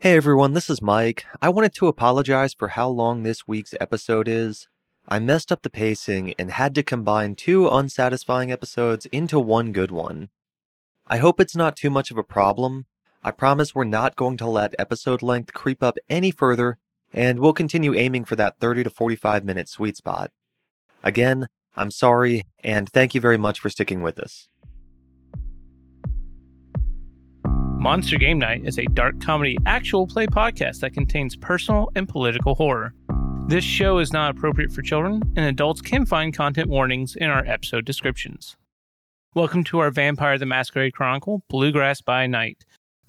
Hey everyone, this is Mike. I wanted to apologize for how long this week's episode is. I messed up the pacing and had to combine two unsatisfying episodes into one good one. I hope it's not too much of a problem. I promise we're not going to let episode length creep up any further, and we'll continue aiming for that 30 to 45 minute sweet spot. Again, I'm sorry, and thank you very much for sticking with us. Monster Game Night is a dark comedy actual play podcast that contains personal and political horror. This show is not appropriate for children, and adults can find content warnings in our episode descriptions. Welcome to our Vampire the Masquerade Chronicle Bluegrass by Night.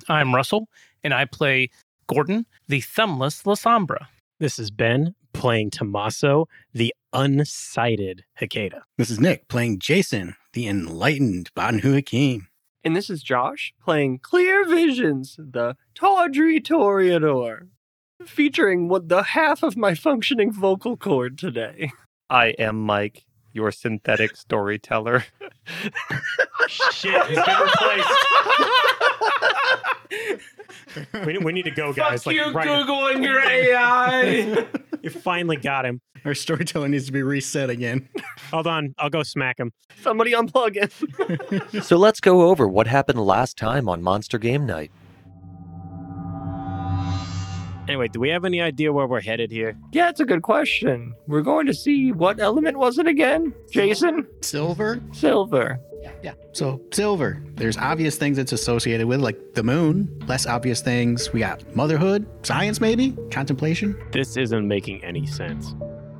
I'm Russell, and I play Gordon, the thumbless Lasombra. This is Ben playing Tommaso, the unsighted Hecata. This is Nick playing Jason, the enlightened Banhu Hakim. And this is Josh playing Clear Visions, the tawdry Toreador, featuring what the half of my functioning vocal cord today. I am Mike, your synthetic storyteller. Shit, he's been replaced. we, we need to go, guys. like, right now. Google and your AI. You finally got him. Our storyteller needs to be reset again. Hold on, I'll go smack him. Somebody unplug it. So let's go over what happened last time on Monster Game Night. Anyway, do we have any idea where we're headed here? yeah, it's a good question. We're going to see what element was it again? Jason? Silver? Silver. Yeah, yeah. So, silver. There's obvious things it's associated with, like the moon. Less obvious things. We got motherhood, science, maybe, contemplation. This isn't making any sense.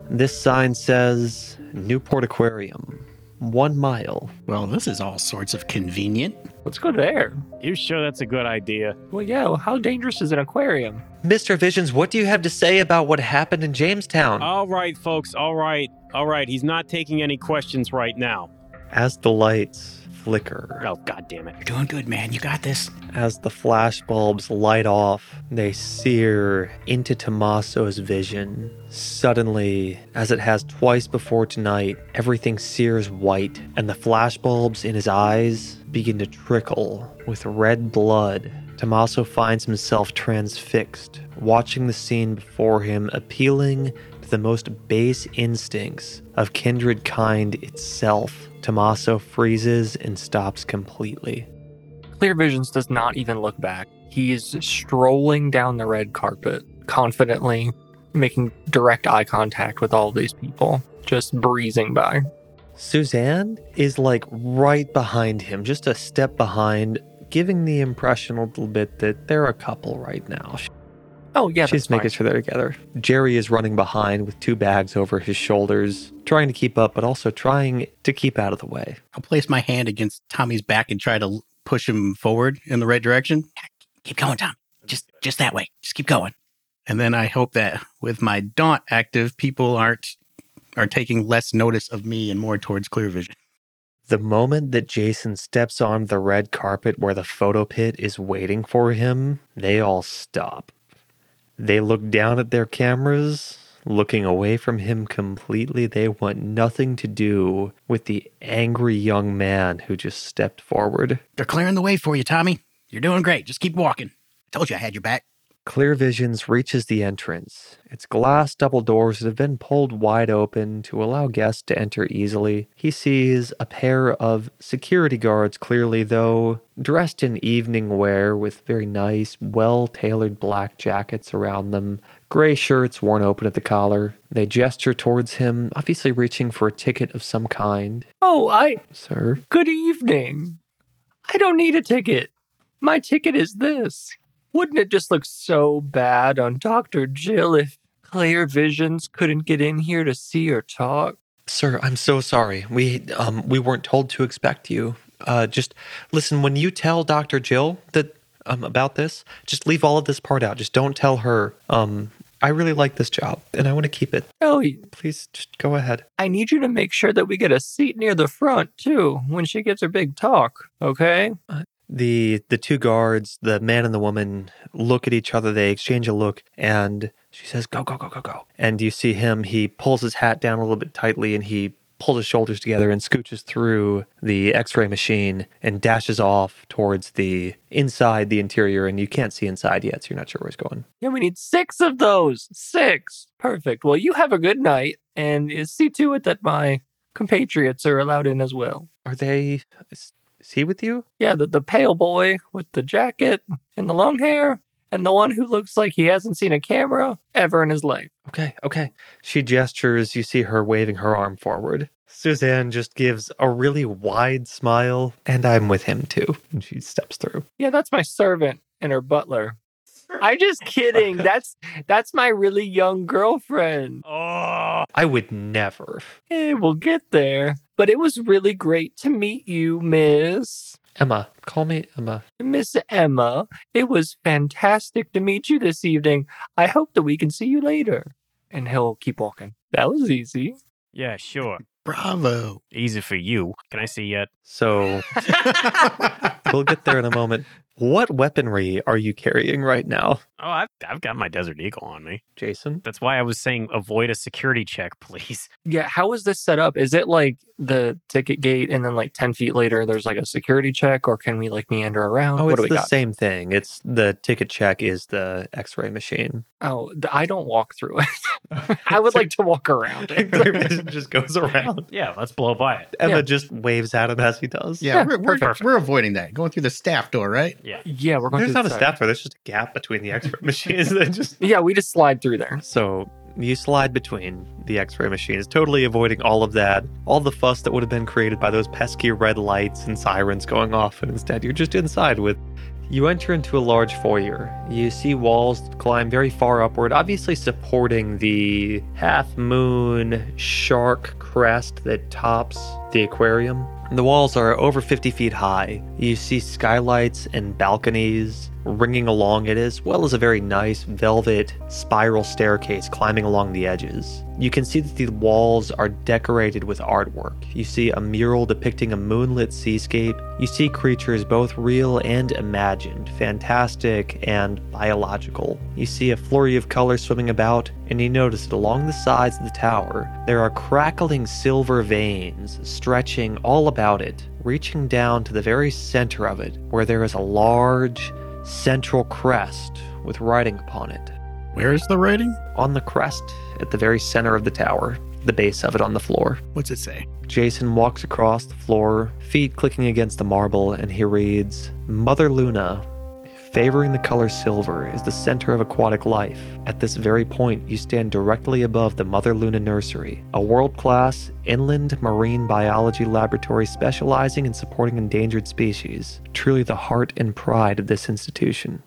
This sign says Newport Aquarium, one mile. Well, this is all sorts of convenient. Let's go there. You sure that's a good idea? Well, yeah, well, how dangerous is an aquarium? Mr. Visions, what do you have to say about what happened in Jamestown? All right, folks. All right. All right. He's not taking any questions right now. As the lights flicker, Oh, god damn it. You're doing good, man. You got this. as the flash bulbs light off, they sear into Tommaso's vision. Suddenly, as it has twice before tonight, everything sears white, and the flash bulbs in his eyes begin to trickle with red blood. Tommaso finds himself transfixed, watching the scene before him, appealing to the most base instincts of kindred kind itself. Tommaso freezes and stops completely. Clear Visions does not even look back. He is strolling down the red carpet, confidently making direct eye contact with all these people, just breezing by. Suzanne is like right behind him, just a step behind, giving the impression a little bit that they're a couple right now. Oh, yeah, She's that's fine. making sure they're together. Jerry is running behind with two bags over his shoulders, trying to keep up, but also trying to keep out of the way. I'll place my hand against Tommy's back and try to l- push him forward in the right direction. Keep going, Tom. Just just that way. Just keep going. And then I hope that with my daunt active, people aren't are taking less notice of me and more towards clear vision. The moment that Jason steps on the red carpet where the photo pit is waiting for him, they all stop. They look down at their cameras, looking away from him completely. They want nothing to do with the angry young man who just stepped forward. They're clearing the way for you, Tommy. You're doing great. Just keep walking. I told you I had your back. Clear Visions reaches the entrance. Its glass double doors that have been pulled wide open to allow guests to enter easily. He sees a pair of security guards clearly, though, dressed in evening wear with very nice, well tailored black jackets around them, gray shirts worn open at the collar. They gesture towards him, obviously reaching for a ticket of some kind. Oh, I. Sir, Good evening. I don't need a ticket. My ticket is this. Wouldn't it just look so bad on Dr. Jill if Clear Visions couldn't get in here to see or talk? Sir, I'm so sorry. We um we weren't told to expect you. Uh just listen, when you tell Dr. Jill that um about this, just leave all of this part out. Just don't tell her. Um I really like this job and I want to keep it. Oh, Please just go ahead. I need you to make sure that we get a seat near the front, too, when she gives her big talk, okay? The the two guards, the man and the woman, look at each other, they exchange a look and she says, "Go, go, go, go, go." And you see him, he pulls his hat down a little bit tightly and he pulls his shoulders together and scooches through the x-ray machine and dashes off towards the inside the interior and you can't see inside yet so you're not sure where he's going Yeah, we need six of those. Six. Perfect. Well, you have a good night and uh, see to it that my compatriots are allowed in as well. are they is is he with you Yeah, the, the pale boy with the jacket and the long hair, and the one who looks like he hasn't seen a camera ever in his life. okay okay she gestures you see her waving her arm forward suzanne just gives a really wide smile and i'm with him too and she steps through Yeah, that's my servant and her butler. I'm just kidding. That's that's my really young girlfriend. Oh, i would never Hey, we'll get there. But it was really great to meet you, Miss emma call me emma Miss Emma. It was fantastic to meet you this evening. I hope that we can see you later. And he'll keep walking. That was easy. Yeah, sure. Bravo. Easy for you. Can I see yet? so we'll get there in a moment. What weaponry are you carrying right now, Oh, I've, I've got my Desert Eagle on me. Jason? That's why I was saying avoid a security check, please. Yeah, how is this set up? Is it like the ticket gate and then like 10 feet later there's like a security check or can we like meander around? Oh, what it's do we the got? same thing. It's the ticket check is the X-ray machine. Oh, th- I don't walk through it. I would like to walk around. it. X-ray vision just goes around. Yeah, let's blow by it. Emma Yeah. just waves at him as he does. Yeah, Yeah, we're, we're, perfect. we're avoiding that. Going through the staff door, right? Yeah, we're going There's to the not a side. staff door. There's just a gap between the X-ray machines. That just Yeah, we just slide through there. So you slide between the X-ray machines, totally avoiding all of that, all the fuss that would have been created by those pesky red lights and sirens going off, and instead you're just inside with. You enter into a large foyer. You see walls climb very far upward, obviously supporting the half moon shark crest that tops the aquarium. And the walls are over 50 feet high. You see skylights and balconies ringing along it, as well as a very nice velvet spiral staircase climbing along the edges. You can see that the walls are decorated with artwork. You see a mural depicting a moonlit seascape. You see creatures both real and imagined, fantastic and biological. You see a flurry of color swimming about, and you notice that along the sides of the tower, there are crackling silver veins stretching all about it, reaching down to the very center of it, where there is a large central crest with writing upon it. Where is the writing? On the crest, at the very center of the tower, the base of it on the floor. What's it say? Jason walks across the floor, feet clicking against the marble, and he reads Mother Luna, favoring the color silver, is the center of aquatic life. At this very point, you stand directly above the Mother Luna Nursery, a world class inland marine biology laboratory specializing in supporting endangered species. Truly the heart and pride of this institution.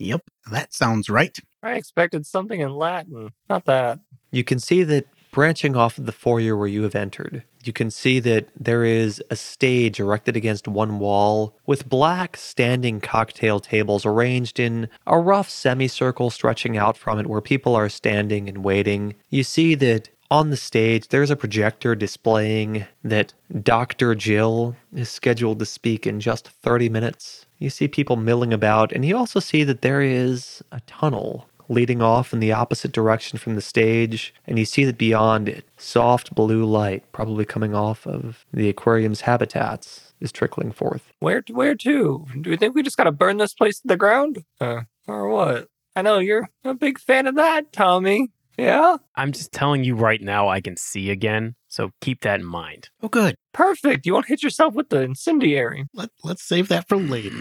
Yep, that sounds right. I expected something in Latin. Not that. You can see that branching off of the foyer where you have entered, you can see that there is a stage erected against one wall with black standing cocktail tables arranged in a rough semicircle stretching out from it where people are standing and waiting. You see that on the stage there's a projector displaying that Dr. Jill is scheduled to speak in just 30 minutes. You see people milling about, and you also see that there is a tunnel leading off in the opposite direction from the stage, and you see that beyond it, soft blue light, probably coming off of the aquarium's habitats, is trickling forth. Where where to? Do you think we just got to burn this place to the ground? Uh, or what? I know you're a big fan of that, Tommy. Yeah? I'm just telling you right now, I can see again. So keep that in mind. Oh, good. Perfect. You won't hit yourself with the incendiary. Let, let's save that for later.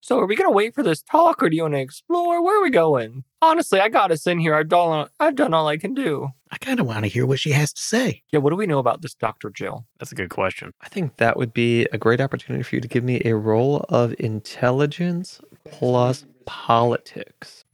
So are we going to wait for this talk or do you want to explore? Where are we going? Honestly, I got us in here. I've done, I've done all I can do. I kind of want to hear what she has to say. Yeah, what do we know about this Dr. Jill? That's a good question. I think that would be a great opportunity for you to give me a roll of intelligence plus politics.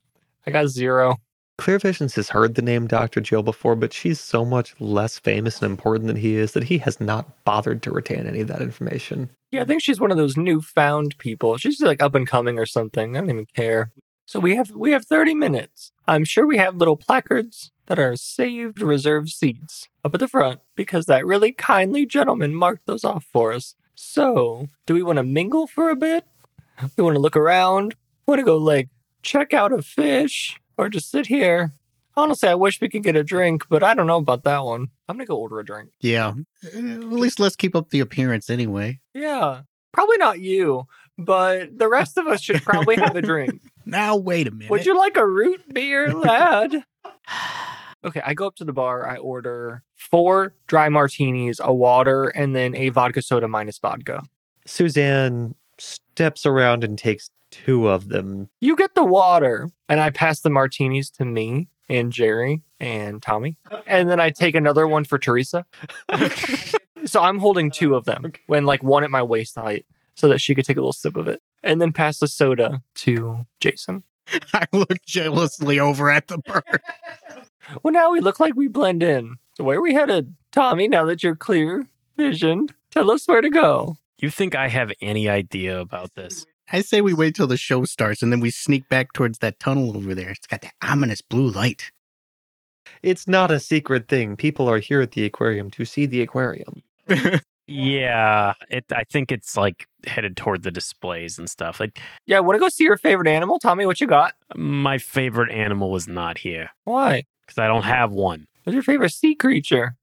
I got zero. Clear Visions has heard the name Dr. Jill before, but she's so much less famous and important than he is that he has not bothered to retain any of that information. Yeah, I think she's one of those newfound people. She's like up and coming or something. I don't even care. So we have we have 30 minutes. I'm sure we have little placards that are saved reserved seats up at the front because that really kindly gentleman marked those off for us. So, do we want to mingle for a bit? We want to look around? Want to go like check out a fish or just sit here? Honestly, I wish we could get a drink, but I don't know about that one. I'm gonna go order a drink. Yeah. eh, At least let's keep up the appearance anyway. Yeah. Probably not you, but the rest of us should probably have a drink. Now, wait a minute. Would you like a root beer, lad? okay, I go up to the bar. I order four dry martinis, a water, and then a vodka soda minus vodka. Suzanne steps around and takes two of them. You get the water, and I pass the martinis to me and Jerry and Tommy, and then I take another one for Teresa. so I'm holding two of them, when like one at my waist height, so that she could take a little sip of it, and then pass the soda to Jason. I look jealously over at the bird. Well, now we look like we blend in. So where are we headed, Tommy? Now that you're clear visioned, tell us where to go. You think I have any idea about this? I say we wait till the show starts and then we sneak back towards that tunnel over there. It's got that ominous blue light. It's not a secret thing. People are here at the aquarium to see the aquarium. Yeah, it. I think it's like headed toward the displays and stuff. Like Yeah, want to go see your favorite animal, Tommy? What you got? my favorite animal is not here Why? because I don't have one. What's your favorite sea creature?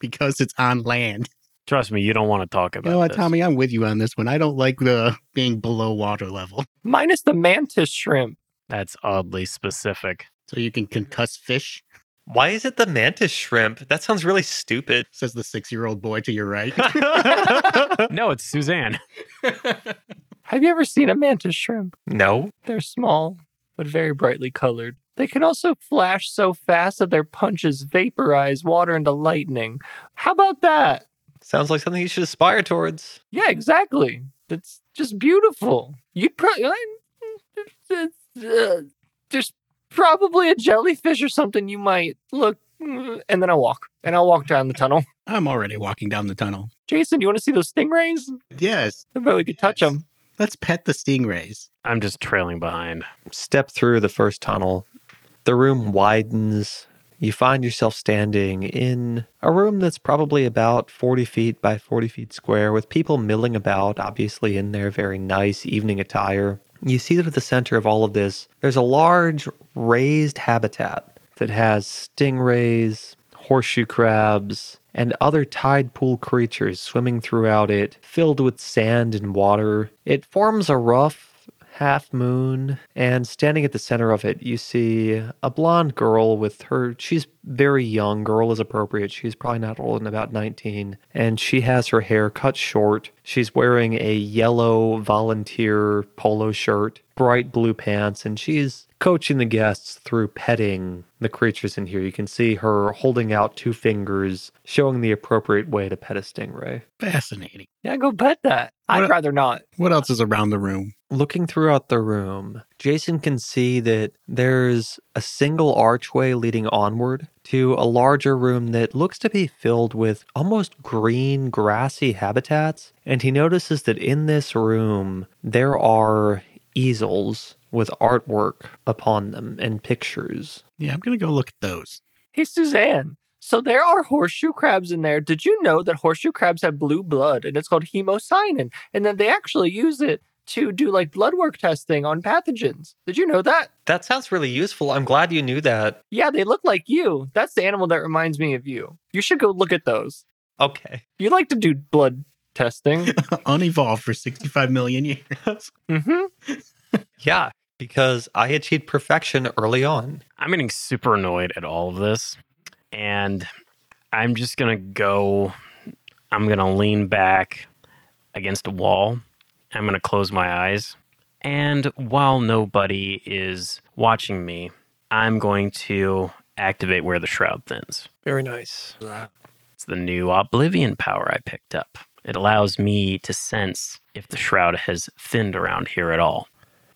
because it's on land. Trust me, you don't want to talk You about. know what, this. Tommy? I'm with you on this one. I don't like the being below water level. Minus the mantis shrimp. That's oddly specific. So you can concuss fish, Why is it the mantis shrimp? That sounds really stupid. says the six year old boy to your right. no, it's Suzanne. Have you ever seen a mantis shrimp? no. They're small, but very brightly colored. They can also flash so fast that their punches vaporize water into lightning. How about that? Sounds like something you should aspire towards. Yeah, exactly. That's just beautiful. You'd probably there's probably a jellyfish or something you might look, mm, and then I'll walk and I'll walk down the tunnel. I'm already walking down the tunnel. Jason, you want to see those stingrays? Yes. I bet we could touch Yes. them. Let's pet the stingrays. I'm just trailing behind. Step through the first tunnel. The room widens. You find yourself standing in a room that's probably about 40 feet by 40 feet square with people milling about, obviously in their very nice evening attire. You see that at the center of all of this, there's a large raised habitat that has stingrays, horseshoe crabs, and other tide pool creatures swimming throughout it, filled with sand and water. It forms a rough half moon, and standing at the center of it, you see a blonde girl with her. She's very young, girl is appropriate. She's probably not older than about 19, and she has her hair cut short. She's wearing a yellow volunteer polo shirt, bright blue pants, and she's coaching the guests through petting the creatures in here. You can see her holding out two fingers, showing the appropriate way to pet a stingray. Fascinating. Yeah, go pet that. I'd What- rather not. What else is around the room? Looking throughout the room, Jason can see that there's a single archway leading onward to a larger room that looks to be filled with almost green, grassy habitats. And he notices that in this room, there are easels with artwork upon them and pictures. Yeah, I'm going to go look at those. Hey, Suzanne. So there are horseshoe crabs in there. Did you know that horseshoe crabs have blue blood and it's called hemocyanin? And then they actually use it to do like blood work testing on pathogens. Did you know that? That sounds really useful. I'm glad you knew that. Yeah, they look like you. That's the animal that reminds me of you. You should go look at those. Okay. You like to do blood testing. Unevolved for 65 million years. hmm Yeah, because I achieved perfection early on. I'm getting super annoyed at all of this, and I'm just gonna go. I'm gonna lean back against a wall. I'm gonna close my eyes, and while nobody is watching me, I'm going to activate where the shroud thins. Very nice. It's the new Oblivion power I picked up. It allows me to sense if the shroud has thinned around here at all.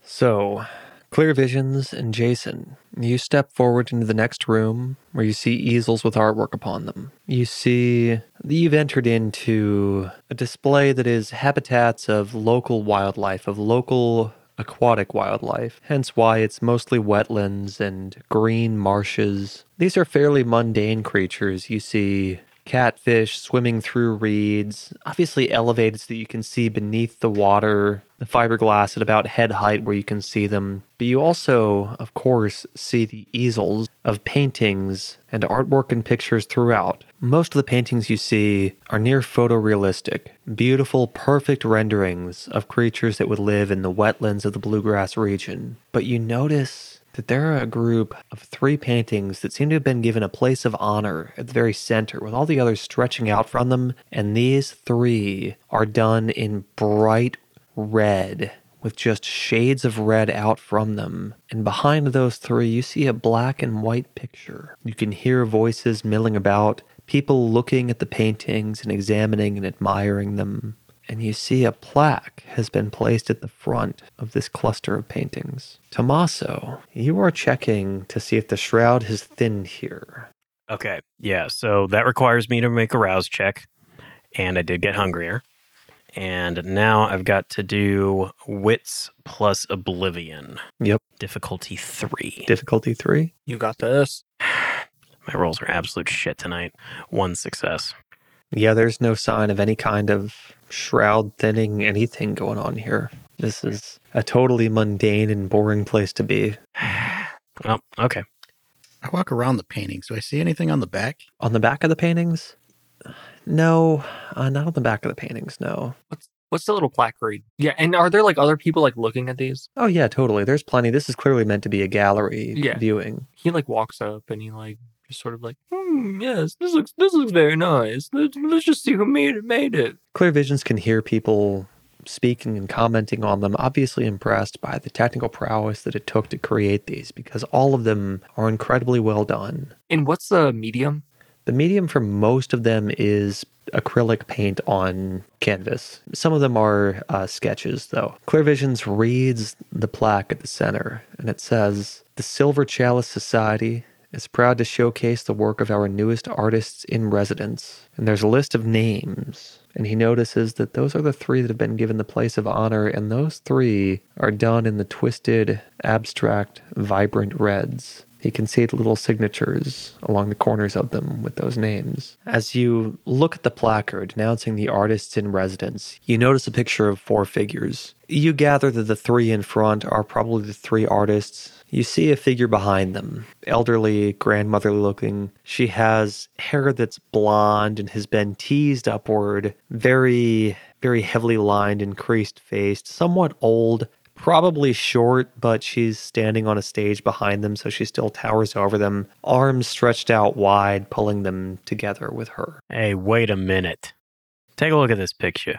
So, Clear Visions and Jason, you step forward into the next room where you see easels with artwork upon them. You see that you've entered into a display that is habitats of local wildlife, of local aquatic wildlife, hence why it's mostly wetlands and green marshes. These are fairly mundane creatures. You see catfish swimming through reeds, obviously elevated so that you can see beneath the water, the fiberglass at about head height where you can see them. But you also, of course, see the easels of paintings and artwork and pictures throughout. Most of the paintings you see are near photorealistic, beautiful, perfect renderings of creatures that would live in the wetlands of the bluegrass region. But you notice that there are a group of three paintings that seem to have been given a place of honor at the very center, with all the others stretching out from them. And these three are done in bright red, with just shades of red out from them. And behind those three, you see a black and white picture. You can hear voices milling about, people looking at the paintings and examining and admiring them. And you see a plaque has been placed at the front of this cluster of paintings. Tommaso, you are checking to see if the shroud has thinned here. Okay. Yeah. So that requires me to make a rouse check. And I did get hungrier. And now I've got to do wits plus oblivion. Yep. Difficulty three. Difficulty three? You got this. My rolls are absolute shit tonight. One success. Yeah, there's no sign of any kind of shroud thinning, anything going on here. This is a totally mundane and boring place to be. Well, Oh, okay. I walk around the paintings. Do I see anything on the back? On the back of the paintings? No, uh, not on the back of the paintings, no. What's the little plaque read? Yeah, and are there like other people like looking at these? Oh, yeah, totally. There's plenty. This is clearly meant to be a gallery Yeah. viewing. He like walks up and he like just sort of like, hmm, yes, this looks this looks very nice. Let's, let's just see who made it made it. Clear Visions can hear people speaking and commenting on them, obviously impressed by the technical prowess that it took to create these because all of them are incredibly well done. And what's the medium? The medium for most of them is acrylic paint on canvas. Some of them are uh, sketches, though. Clear Visions reads the plaque at the center, and it says The Silver Chalice Society is proud to showcase the work of our newest artists in residence. And there's a list of names, and he notices that those are the three that have been given the place of honor, and those three are done in the twisted, abstract, vibrant reds. He can see the little signatures along the corners of them with those names. As you look at the placard announcing the artists in residence, you notice a picture of four figures. You gather that the three in front are probably the three artists. You see a figure behind them, elderly, grandmotherly looking. She has hair that's blonde and has been teased upward, very, very heavily lined and creased faced, somewhat old, probably short, but she's standing on a stage behind them, so she still towers over them, arms stretched out wide, pulling them together with her. Hey, wait a minute. Take a look at this picture.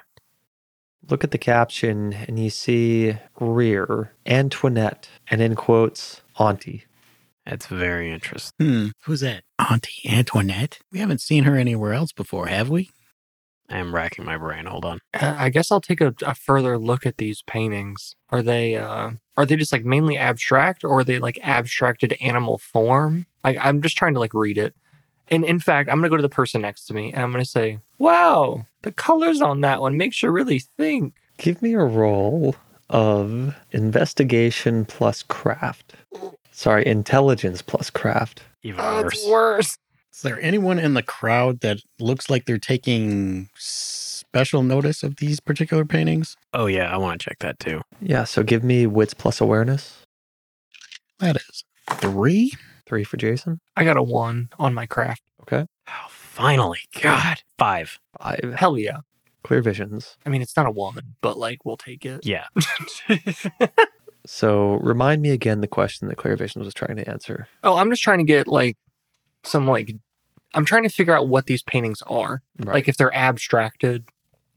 Look at the caption, and you see Rear, Antoinette, and in quotes, Auntie. That's very interesting. Hmm. Who's that? Auntie Antoinette? We haven't seen her anywhere else before, have we? I am racking my brain. Hold on. Uh, I guess I'll take a, a further look at these paintings. Are they uh, are they just like mainly abstract, or are they like abstracted animal form? Like I'm just trying to like read it. And in fact, I'm gonna go to the person next to me and I'm gonna say, "Wow, the colors on that one makes you really think." Give me a roll of investigation plus craft. Sorry, intelligence plus craft. Even Oh, worse. it's worse. Is there anyone in the crowd that looks like they're taking special notice of these particular paintings? Oh, yeah. I want to check that too. Yeah, so give me wits plus awareness. That is three. Three for Jason. I got a one on my craft. Oh, finally. God. Five. Five. Hell yeah. Clear visions. I mean, it's not a one, but like we'll take it. Yeah. So remind me again the question that Clear Visions was trying to answer. oh, I'm just trying to get like some like I'm trying to figure out what these paintings are. like if they're abstracted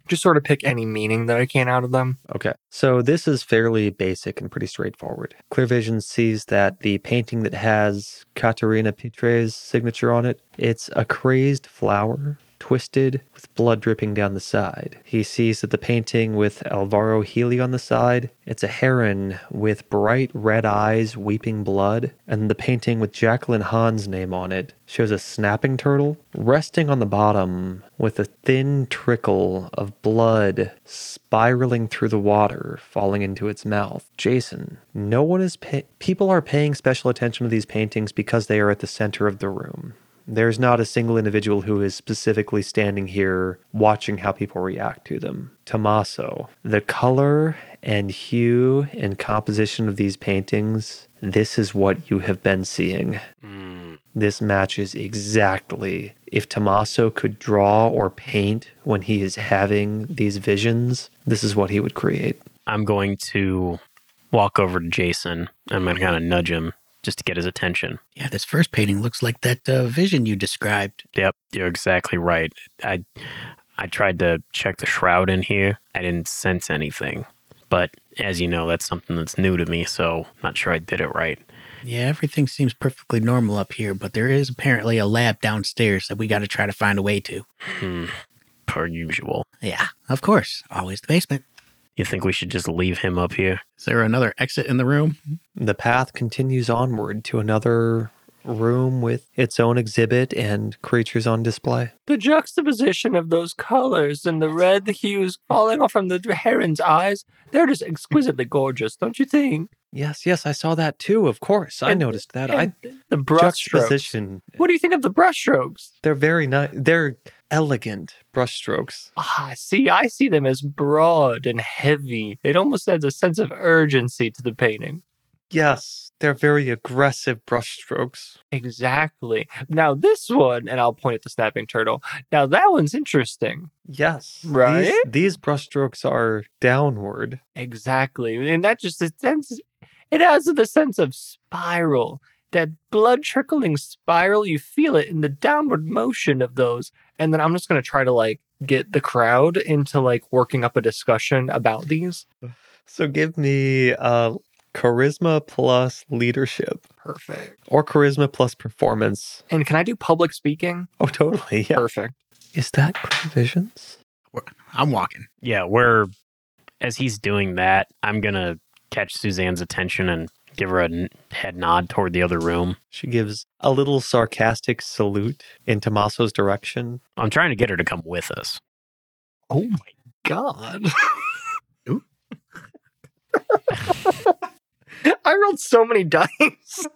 just sort of pick any meaning that i can out of them Okay. So this is fairly basic and pretty straightforward. Clear Vision sees that the painting that has Katerina Petre's signature on it, it's a crazed flower twisted with blood dripping down the side. He sees that the painting with Alvaro Healy on the side, it's a heron with bright red eyes weeping blood, and the painting with Jacqueline Hahn's name on it shows a snapping turtle resting on the bottom with a thin trickle of blood spiraling through the water, falling into its mouth. Jason, no one is pa- people are paying special attention to these paintings because they are at the center of the room. There's not a single individual who is specifically standing here watching how people react to them. Tommaso, the color and hue and composition of these paintings, this is what you have been seeing. This matches exactly if Tommaso could draw or paint when he is having these visions, this is what he would create. I'm going to walk over to Jason. I'm going to kind of nudge him just to get his attention. Yeah, this first painting looks like that uh, vision you described. Yep, you're exactly right. I I tried to check the shroud in here. I didn't sense anything. But as you know, that's something that's new to me, so not sure I did it right. Yeah, everything seems perfectly normal up here, but there is apparently a lab downstairs that we got to try to find a way to. Hmm, per usual. Yeah, of course. Always the basement. You think we should just leave him up here? Is there another exit in the room? The path continues onward to another room with its own exhibit and creatures on display. The juxtaposition of those colors and the red hues falling off from the heron's eyes, they're just exquisitely gorgeous, don't you think? Yes, yes, I saw that too, of course. I And- noticed that. I And the brushstrokes. juxtaposition. What do you think of the brushstrokes? They're very nice. They're elegant brushstrokes. Ah, see, I see them as broad and heavy. It almost adds a sense of urgency to the painting. Yes, they're very aggressive brushstrokes. Exactly. Now this one, and I'll point at the snapping turtle. Now that one's interesting. Yes. these- Right? These, brushstrokes are downward. Exactly, and that just it sense it adds to the sense of spiral. That blood trickling spiral, you feel it in the downward motion of those. And then I'm just gonna try to like get the crowd into like working up a discussion about these. So give me uh, charisma plus leadership Perfect. or charisma plus performance. And can I do public speaking? Oh, totally. Yeah. Perfect. Is that Grim Visions? I'm walking. Yeah, we're as he's doing that, I'm going to catch Suzanne's attention and give her a n- head nod toward the other room. She gives a little sarcastic salute in Tommaso's direction. I'm trying to get her to come with us. Oh my god. Ooh. I rolled so many dice.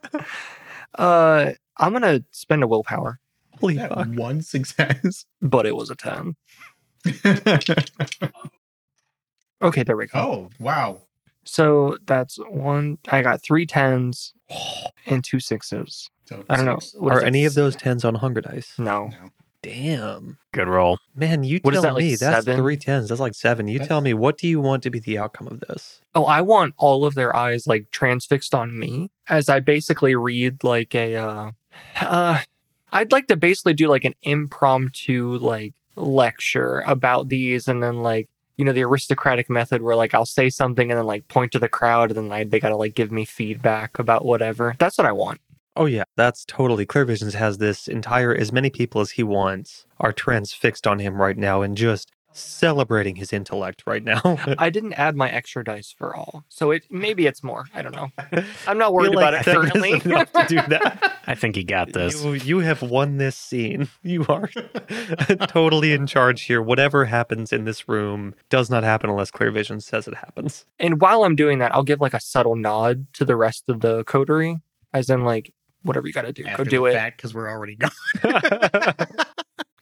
Uh I'm gonna spend a willpower, Holy fuck. one success. but it was a 10. Okay, there we go. Oh, wow. So that's one I got three tens and two sixes. So I don't know. six. What Are is that? any of those 10s on Hunger Dice? No. Damn. Good roll. Man, you What is tell that, like, me. that's seven? three tens. That's like seven. You That's- tell me, what do you want to be the outcome of this? Oh, I want all of their eyes like transfixed on me as I basically read like a uh uh I'd like to basically do like an impromptu like lecture about these and then like you know the aristocratic method where like I'll say something and then like point to the crowd and then like, they got to like give me feedback about whatever. That's what I want. Oh yeah, that's totally. Clear Visions has this entire as many people as he wants are transfixed on him right now and just celebrating his intellect right now. I didn't add my extra dice for all. So it maybe it's more. I don't know. I'm not worried Feel about like it that is currently. enough to do that. I think he got this. You, you have won this scene. You are totally in charge here. Whatever happens in this room does not happen unless Clear Vision says it happens. And while I'm doing that, I'll give like a subtle nod to the rest of the coterie, as in like whatever you got to do, go do it. because we're already gone.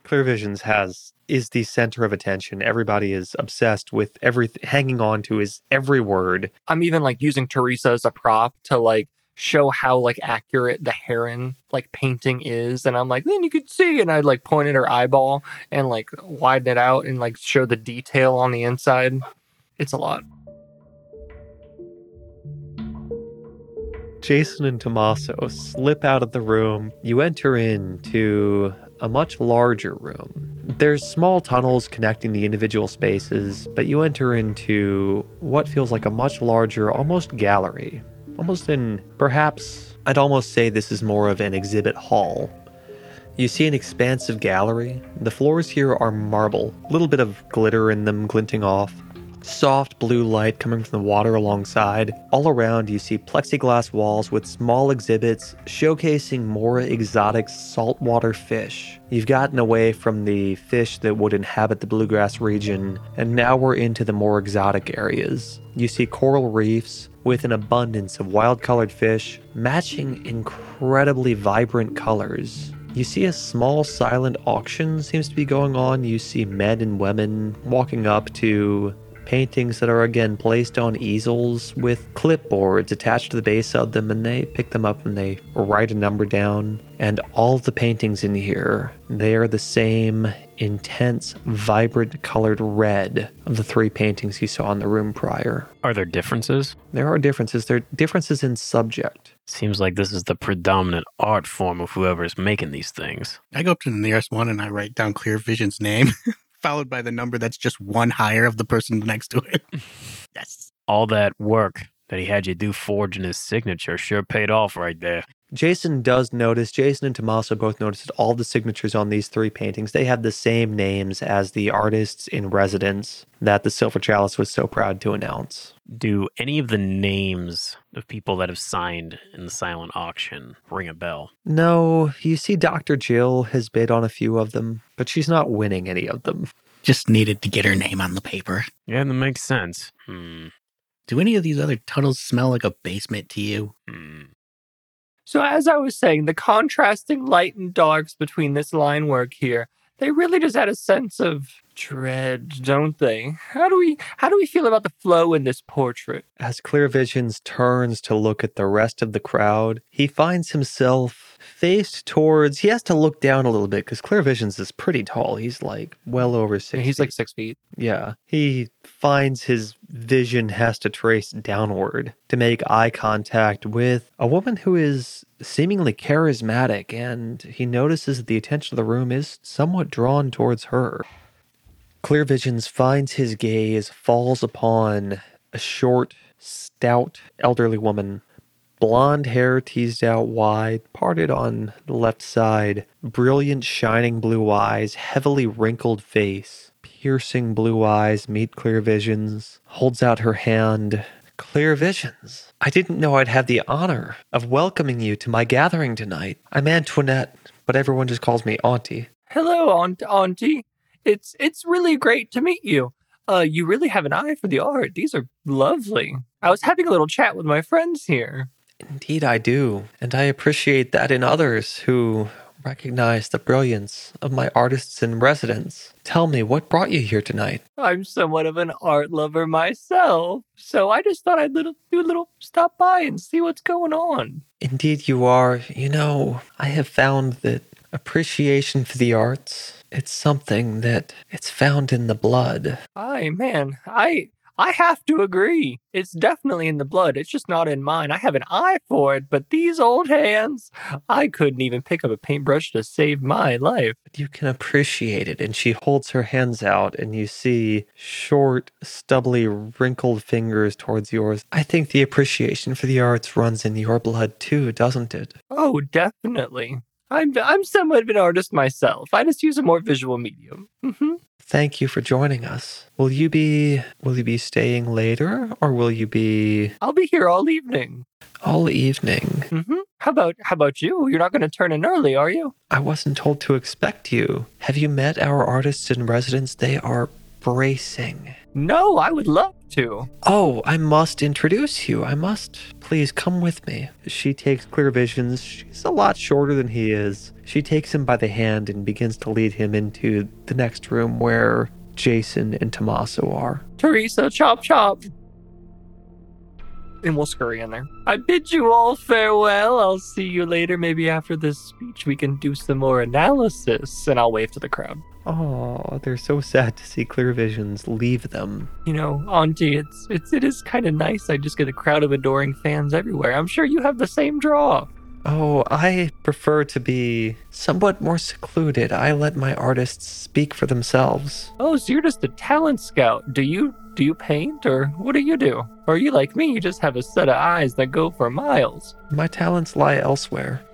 Clear Visions has is the center of attention. Everybody is obsessed with every hanging on to his every word. I'm even like using Teresa as a prop to like show how like accurate the heron like painting is, and I'm like, then you could see, and I'd like point at her eyeball and like widen it out and like show the detail on the inside. It's a lot. Jason and Tommaso slip out of the room. You enter into a much larger room. There's small tunnels connecting the individual spaces, but you enter into what feels like a much larger, almost gallery. Almost in, perhaps, I'd almost say this is more of an exhibit hall. You see an expansive gallery. The floors here are marble, a little bit of glitter in them glinting off. Soft blue light coming from the water alongside. All around, you see plexiglass walls with small exhibits showcasing more exotic saltwater fish. You've gotten away from the fish that would inhabit the bluegrass region, and now we're into the more exotic areas. You see coral reefs with an abundance of wild colored fish matching incredibly vibrant colors. You see a small silent auction seems to be going on. You see men and women walking up to paintings that are again placed on easels with clipboards attached to the base of them, and they pick them up and they write a number down. And all of the paintings in here, they are the same intense, vibrant colored red of the three paintings you saw in the room prior. Are there differences? There are differences. There are differences in subject. Seems like this is the predominant art form of whoever is making these things. I go up to the nearest one and I write down Clear Vision's name, followed by the number that's just one higher of the person next to it. yes. All that work that he had you do forging his signature sure paid off right there. Jason does notice, Jason and Tommaso both notice that all the signatures on these three paintings, they have the same names as the artists in residence that the Silver Chalice was so proud to announce. Do any of the names of people that have signed in the silent auction ring a bell? No, you see Dr. Jill has bid on a few of them, but she's not winning any of them. Just needed to get her name on the paper. Yeah, that makes sense. Hmm. Do any of these other tunnels smell like a basement to you? Hmm. So, as I was saying, the contrasting light and darks between this line work here, they really just add a sense of dread, don't they? How do we how do we feel about the flow in this portrait? As Clear Visions turns to look at the rest of the crowd, he finds himself faced towards. He has to look down a little bit because Clear Visions is pretty tall. He's like well over six. He's like six feet. Yeah. He finds his vision has to trace downward to make eye contact with a woman who is seemingly charismatic, and he notices that the attention of the room is somewhat drawn towards her. Clear Visions finds his gaze, falls upon a short, stout, elderly woman. Blonde hair teased out wide, parted on the left side, brilliant, shining blue eyes, heavily wrinkled face, piercing blue eyes meet Clear Visions, holds out her hand. Clear Visions, I didn't know I'd have the honor of welcoming you to my gathering tonight. I'm Antoinette, but everyone just calls me Auntie. Hello, aunt, auntie. It's it's really great to meet you. Uh, you really have an eye for the art. These are lovely. I was having a little chat with my friends here. Indeed, I do, and I appreciate that in others who recognize the brilliance of my artists in residence. Tell me, what brought you here tonight? I'm somewhat of an art lover myself, so I just thought I'd little do a little stop by and see what's going on. Indeed, you are. You know, I have found that appreciation for the arts it's something that it's found in the blood Ay, man, I I have to agree. It's definitely in the blood. It's just not in mine. I have an eye for it, but these old hands, I couldn't even pick up a paintbrush to save my life. but you can appreciate it and she holds her hands out and you see short stubbly wrinkled fingers towards yours i think the appreciation for the arts runs in your blood too doesn't it Oh, definitely. I'm I'm somewhat of an artist myself. I just use a more visual medium. hmm thank you for joining us will you be will you be staying later or will you be I'll be here all evening. all evening hmm How about how about you? You're not going to turn in early, are you? I wasn't told to expect you. Have you met our artists in residence? They are bracing. No, I would love to. Oh, I must introduce you. I must. Please come with me. She takes Clear Visions. She's a lot shorter than he is. She takes him by the hand and begins to lead him into the next room where Jason and Tommaso are. Teresa, chop chop. And we'll scurry in there. I bid you all farewell. I'll see you later. Maybe after this speech, we can do some more analysis. And I'll wave to the crowd. Oh, they're so sad to see Clear Visions leave them. You know, Auntie, it's it's it is kind of nice. I just get a crowd of adoring fans everywhere. I'm sure you have the same draw. Oh, I prefer to be somewhat more secluded. I let my artists speak for themselves. Oh, so you're just a talent scout. Do you do you paint or what do you do? Or are you like me? You just have a set of eyes that go for miles. My talents lie elsewhere.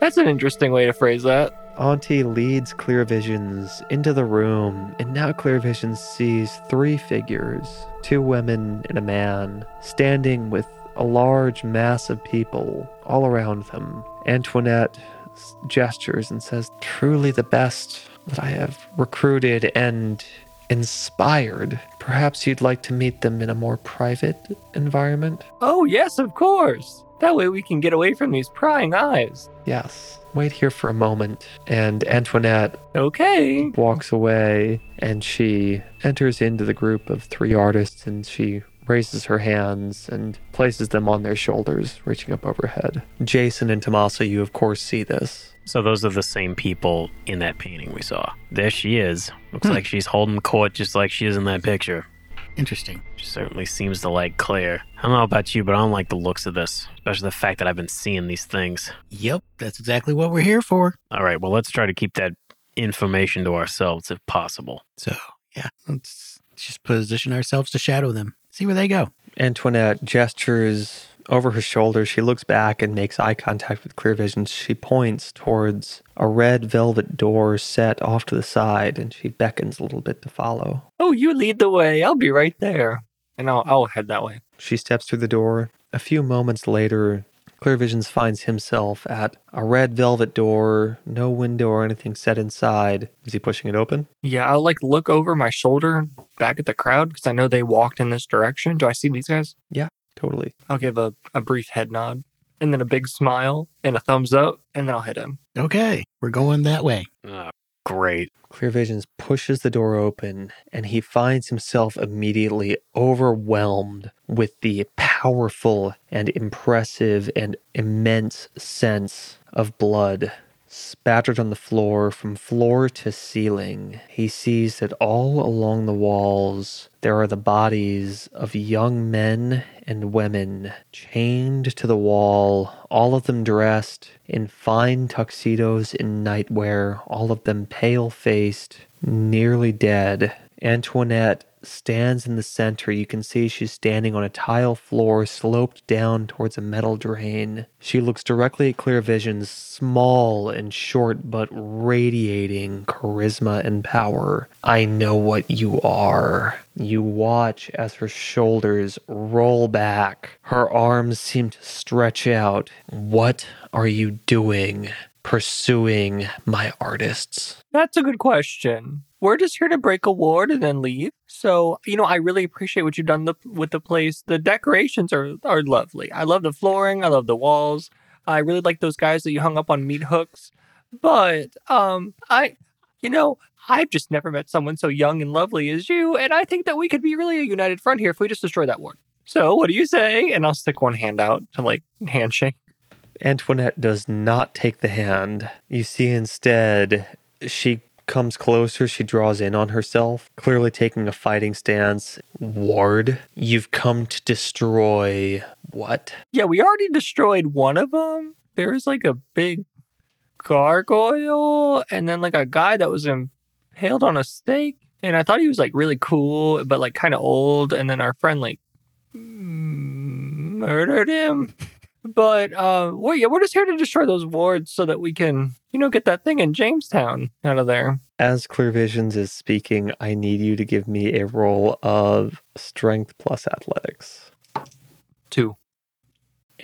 That's an interesting way to phrase that. Auntie leads Clear Visions into the room, and now Clear Visions sees three figures two women and a man standing with a large mass of people all around them. Antoinette s- gestures and says, Truly the best that I have recruited and inspired. Perhaps you'd like to meet them in a more private environment? Oh yes, of course. That way we can get away from these prying eyes. Yes. Wait here for a moment. And Antoinette Okay. walks away and she enters into the group of three artists and she raises her hands and places them on their shoulders, reaching up overhead. Jason and Tomasa, you of course see this. So those are the same people in that painting we saw. There she is. Looks like she's holding court just like she is in that picture. Interesting. She certainly seems to like Claire. I don't know about you, but I don't like the looks of this, especially the fact that I've been seeing these things. Yep, that's exactly what we're here for. All right, well, let's try to keep that information to ourselves if possible. So, yeah, let's just position ourselves to shadow them. See where they go. Antoinette gestures over her shoulder. She looks back and makes eye contact with clear vision. She points towards a red velvet door set off to the side and she beckons a little bit to follow. Oh, you lead the way. I'll be right there. And I'll, I'll head that way. She steps through the door. A few moments later, Clear Visions finds himself at a red velvet door, no window or anything set inside. Is he pushing it open? Yeah, I'll like look over my shoulder back at the crowd because I know they walked in this direction. Do I see these guys? Totally. I'll give a, a brief head nod and then a big smile and a thumbs up and then I'll hit him. Okay, we're going that way. Ah, great. Clear Visions pushes the door open and he finds himself immediately overwhelmed with the powerful and impressive and immense sense of blood spattered on the floor from floor to ceiling. He sees that all along the walls there are the bodies of young men and women chained to the wall, all of them dressed in fine tuxedos and nightwear, all of them pale faced, nearly dead. Antoinette stands in the center. You can see she's standing on a tile floor sloped down towards a metal drain. She looks directly at Clear Vision's small and short but radiating charisma and power. I know what you are. You watch as her shoulders roll back. Her arms seem to stretch out. What are you doing? Pursuing my artists. That's a good question. We're just here to break a ward and then leave. So, you know, I really appreciate what you've done the, with the place. The decorations are, are lovely. I love the flooring. I love the walls. I really like those guys that you hung up on meat hooks. But, um, I, you know, I've just never met someone so young and lovely as you. And I think that we could be really a united front here if we just destroy that ward. So, what do you say? And I'll stick one hand out to like handshake. Antoinette does not take the hand. You see instead, she comes closer, she draws in on herself, clearly taking a fighting stance. Ward, you've come to destroy what? Yeah, we already destroyed one of them. There was like a big gargoyle and then like a guy that was impaled on a stake. And I thought he was like really cool, but like kind of old. And then our friend like m- murdered him. But uh, well, yeah, we're just here to destroy those wards so that we can, you know, get that thing in Jamestown out of there. As Clear Visions is speaking, I need you to give me a roll of strength plus athletics. Two.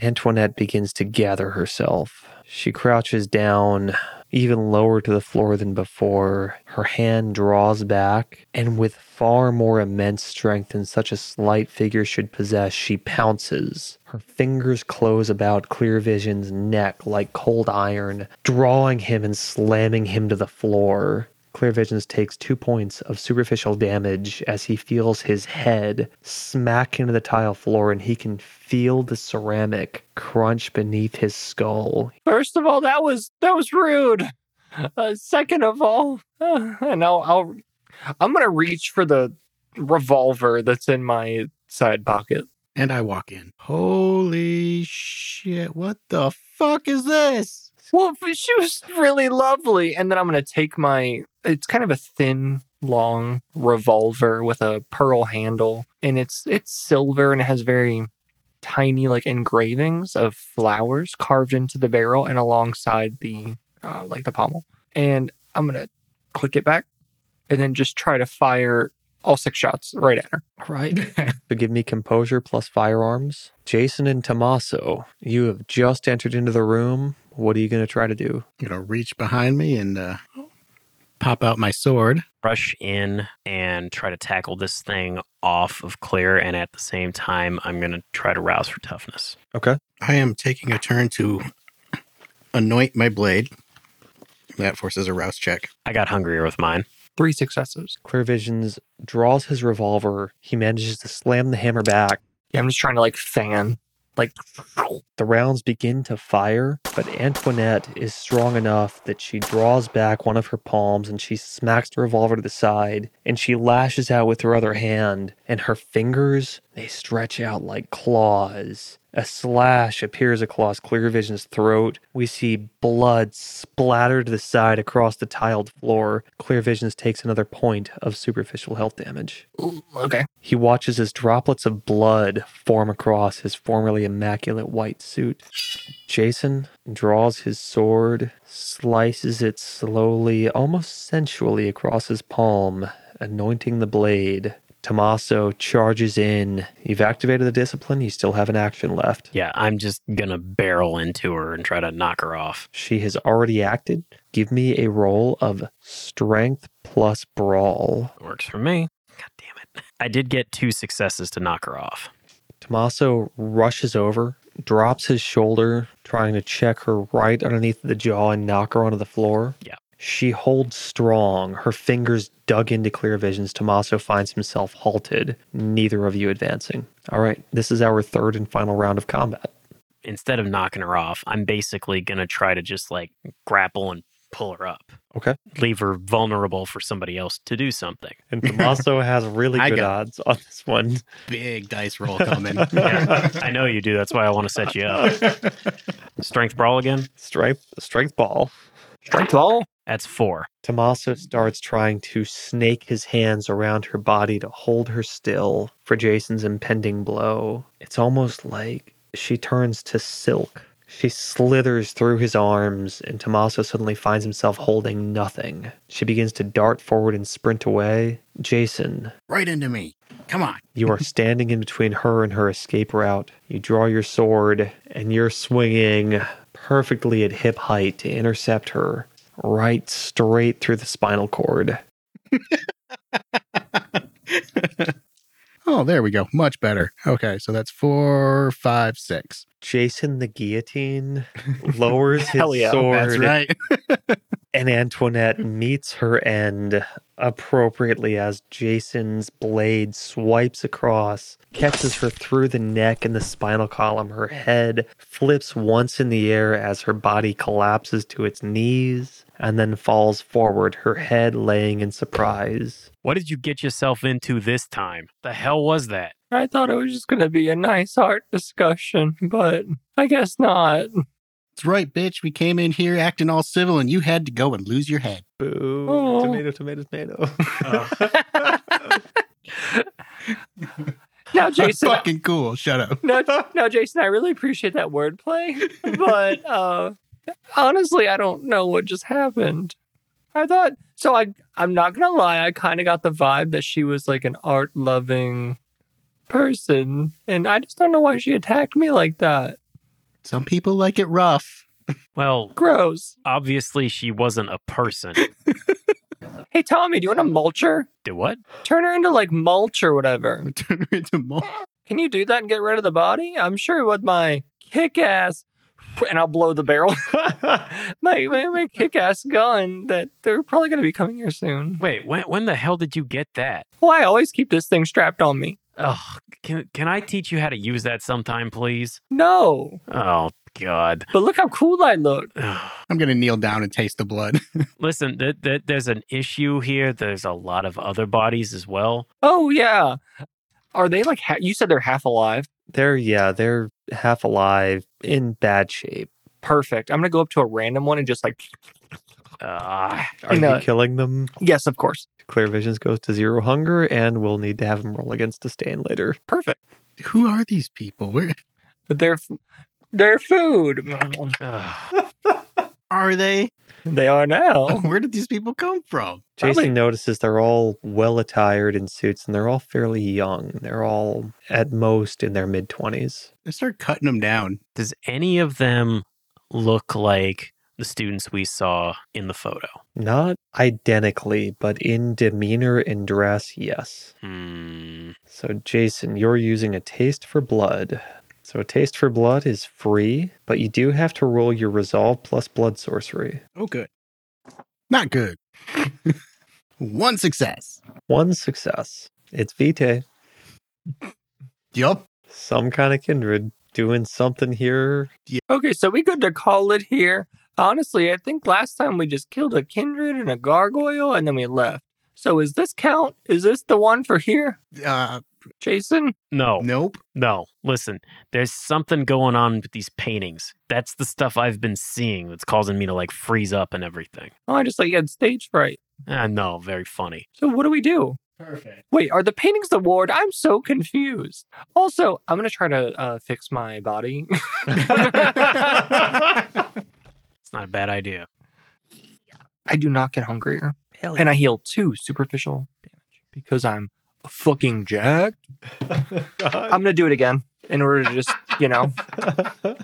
Antoinette begins to gather herself. She crouches down even lower to the floor than before. Her hand draws back, and with far more immense strength than such a slight figure should possess, she pounces. Her fingers close about Clear Vision's neck like cold iron, drawing him and slamming him to the floor. Clear Visions takes two points of superficial damage as he feels his head smack into the tile floor and he can feel the ceramic crunch beneath his skull. First of all, that was that was rude. Uh, second of all, uh, and I'll, I'll I'm gonna reach for the revolver that's in my side pocket. And I walk in. Holy shit, what the fuck is this? Well, but she was really lovely, and then I'm gonna take my. It's kind of a thin, long revolver with a pearl handle, and it's it's silver and it has very tiny like engravings of flowers carved into the barrel and alongside the uh, like the pommel. And I'm gonna click it back, and then just try to fire all six shots right at her. Right. so give me composure plus firearms. Jason and Tommaso, you have just entered into the room. What are you going to try to do? You know, reach behind me and uh, pop out my sword. rush in and try to tackle this thing off of Claire, and at the same time, I'm going to try to rouse for toughness. I am taking a turn to anoint my blade. That forces a rouse check. I got hungrier with mine. Three successes. Clear Visions draws his revolver. He manages to slam the hammer back. Yeah, I'm just trying to like fan. Like, The rounds begin to fire, but Antoinette is strong enough that she draws back one of her palms and she smacks the revolver to the side and she lashes out with her other hand and her fingers they stretch out like claws. A slash appears across Clear Vision's throat. We see blood splatter to the side across the tiled floor. Clear Visions takes another point of superficial health damage. ooh, okay. He watches as droplets of blood form across his formerly immaculate white suit. Jason draws his sword, slices it slowly, almost sensually across his palm, anointing the blade. Tommaso charges in. You've activated the discipline, you still have an action left. Yeah, I'm just going to barrel into her and try to knock her off. She has already acted. Give me a roll of strength plus brawl. Works for me. God damn it. I did get two successes to knock her off. Tommaso rushes over, drops his shoulder, trying to check her right underneath the jaw and knock her onto the floor. Yeah. She holds strong, her fingers dug into clear visions. Tommaso finds himself halted, neither of you advancing. All right, this is our third and final round of combat. Instead of knocking her off, I'm basically going to try to just like grapple and pull her up. Okay. Leave her vulnerable for somebody else to do something. And Tommaso has really I good got- odds on this one. Big dice roll coming. Yeah, I know you do. That's why I want to set you up. Strength brawl again? Strength, strength ball. Strength ball. That's four. Tommaso starts trying to snake his hands around her body to hold her still for Jason's impending blow. It's almost like she turns to silk. She slithers through his arms, and Tommaso suddenly finds himself holding nothing. She begins to dart forward and sprint away. Jason, right into me. Come on. you are standing in between her and her escape route. You draw your sword, and you're swinging perfectly at hip height to intercept her, right straight through the spinal cord. Oh, there we go. Much better. Okay, so that's four, five, six. Jason the guillotine lowers his Hell yeah, sword, That's right. and Antoinette meets her end appropriately as Jason's blade swipes across, catches her through the neck and the spinal column. Her head flips once in the air as her body collapses to its knees and then falls forward, her head laying in surprise. What did you get yourself into this time? The hell was that? I thought it was just going to be a nice art discussion, but I guess not. That's right, bitch. We came in here acting all civil and you had to go and lose your head. Boo. Oh. Tomato, tomato, tomato. Now, Jason, fucking cool. Shut up. no, no, Jason, I really appreciate that wordplay, but uh, honestly, I don't know what just happened. I thought so. I I'm not gonna lie. I kind of got the vibe that she was like an art loving person, and I just don't know why she attacked me like that. Some people like it rough. Well, Gross. obviously she wasn't a person. Hey, Tommy, do you want to mulch her? Do what? Turn her into like mulch or whatever. Turn her into malt. Can you do that and get rid of the body? I'm sure with my kick ass, and I'll blow the barrel. my my, my kick ass gun that they're probably going to be coming here soon. Wait, when, when the hell did you get that? Well, I always keep this thing strapped on me. Oh, can can I teach you how to use that sometime, please? No, Oh God. but look how cool I look. I'm going to kneel down and taste the blood. Listen, th- th- there's an issue here. There's a lot of other bodies as well. Oh yeah, are they like? Ha- you said they're half alive. they're, yeah, they're half alive, in bad shape. Perfect. I'm gonna go up to a random one and just like, Uh, Are know you it. killing them? yes, of course. Clear Visions goes to zero hunger, and we'll need to have him roll against a stand later. Perfect. Who are these people? Where But they're f- they're food. ugh. are they? They are now. Where did these people come from? Jason Probably- notices they're all well attired in suits, and they're all fairly young. They're all at most in their mid twenties. I start cutting them down. does any of them look like the students we saw in the photo? Not identically, but in demeanor and dress, yes. Hmm. So, Jason, you're using a taste for blood. So, a taste for blood is free, but you do have to roll your resolve plus blood sorcery. Oh, good. Not good. One success. One success. It's Vitae, Yup. some kind of kindred, doing something here. Okay, so we good to call it here. Honestly, I think last time we just killed a kindred and a gargoyle and then we left. So is this count? Is this the one for here, Uh, Jason? No, Nope. no. Listen, there's something going on with these paintings. That's the stuff I've been seeing that's causing me to like freeze up and everything. Oh, I just like had stage fright. Ah, no, very funny. So what do we do? Perfect. Wait, are the paintings the ward? I'm so confused. Also, I'm gonna try to uh, fix my body. It's not a bad idea. I do not get hungrier, Hell and I heal two superficial damage because I'm fucking jacked. I'm gonna do it again in order to just you know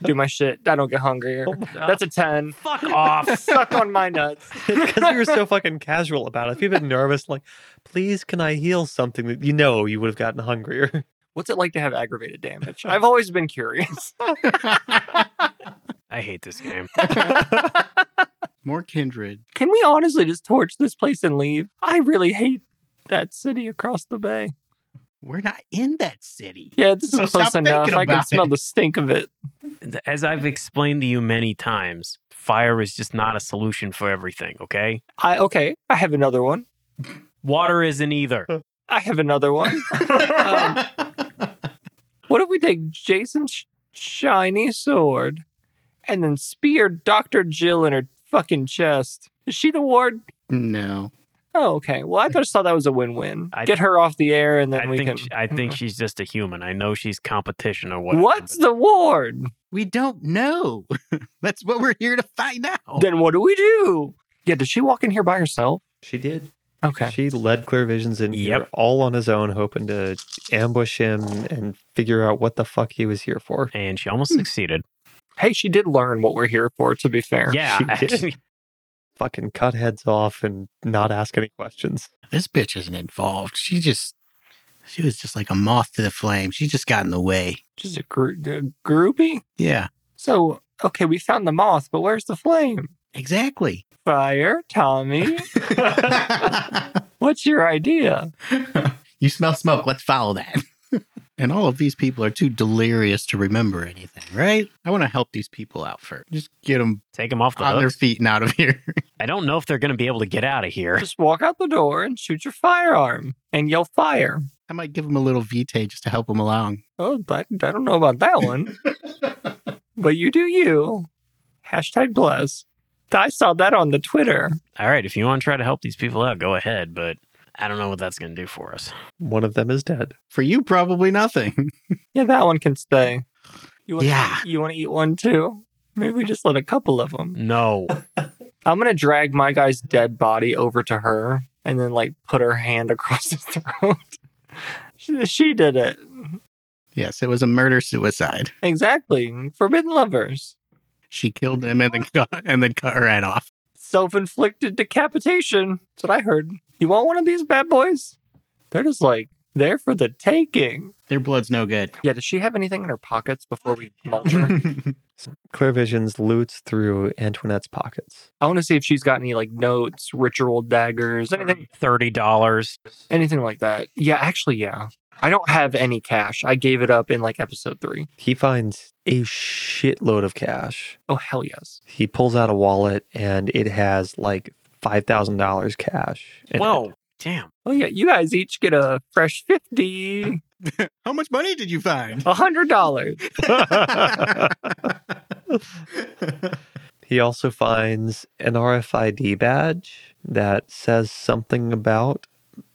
do my shit. I don't get hungrier. That's a ten. Fuck off. Suck on my nuts. Because you were so fucking casual about it. If you've been nervous, like, please, can I heal something that you know you would have gotten hungrier? What's it like to have aggravated damage? I've always been curious. I hate this game. More kindred. Can we honestly just torch this place and leave? I really hate that city across the bay. We're not in that city. Yeah, this So is close stop enough. thinking I can about smell it. the stink of it. As I've explained to you many times, fire is just not a solution for everything, okay? I okay. I have another one. Water isn't either. I have another one. um, what if we take Jason's sh- shiny sword and then spear Doctor Jill in her fucking chest? Is she the ward? No. Oh, okay. Well, I just thought that was a win-win. I- Get her off the air, and then I we think can. sh- I think she's just a human. I know she's competition or whatever. What's the ward? We don't know. That's what we're here to find out. Oh. Then what do we do? Yeah, did she walk in here by herself? She did. Okay. She led Clear Visions in here Yep. all on his own, hoping to ambush him and figure out what the fuck he was here for. And she Hmm. almost succeeded. Hey, she did learn what we're here for. To be fair. Yeah, she did. actually, Fucking cut heads off and not ask any questions. This bitch isn't involved. She just, she was just like a moth to the flame. She just got in the way. She's a, gr- a groupie. Yeah, So okay, we found the moth, but where's the flame? exactly. Fire, Tommy. What's your idea? you smell smoke. Let's follow that. and all of these people are too delirious to remember anything, right? I want to help these people out first. Just get them take them off the on their hook. feet and out of here. I don't know if they're going to be able to get out of here. Just walk out the door and shoot your firearm and yell fire. I might give them a little vitae just to help them along. Oh, but I don't know about that one. but you do you. Hashtag bless. I saw that on the Twitter. All right, if you want to try to help these people out, go ahead. But I don't know what that's going to do for us. One of them is dead. For you, probably nothing. Yeah, that one can stay. You want Yeah. you want to eat one too? Maybe we just let a couple of Mm. them. No, I'm gonna drag my guy's dead body over to her and then like put her hand across his throat. she, she did it. Yes, it was a murder suicide. Exactly. Forbidden lovers. She killed him and then cut, and then cut her head off. Self inflicted decapitation. That's what I heard. You want one of these bad boys? They're just like there for the taking. Their blood's no good. Yeah, does she have anything in her pockets before we mulch her? Clear Visions loots through Antoinette's pockets. I want to see if she's got any like notes, ritual daggers, anything thirty dollars. anything like that. Yeah, actually, yeah. I don't have any cash. I gave it up in like episode three. He finds a shitload of cash. Oh hell yes. He pulls out a wallet and it has like $5,000 cash. in it. Whoa, damn. Oh yeah, you guys each get a fresh fifty, How much money did you find? a hundred dollars. He also finds an RFID badge that says something about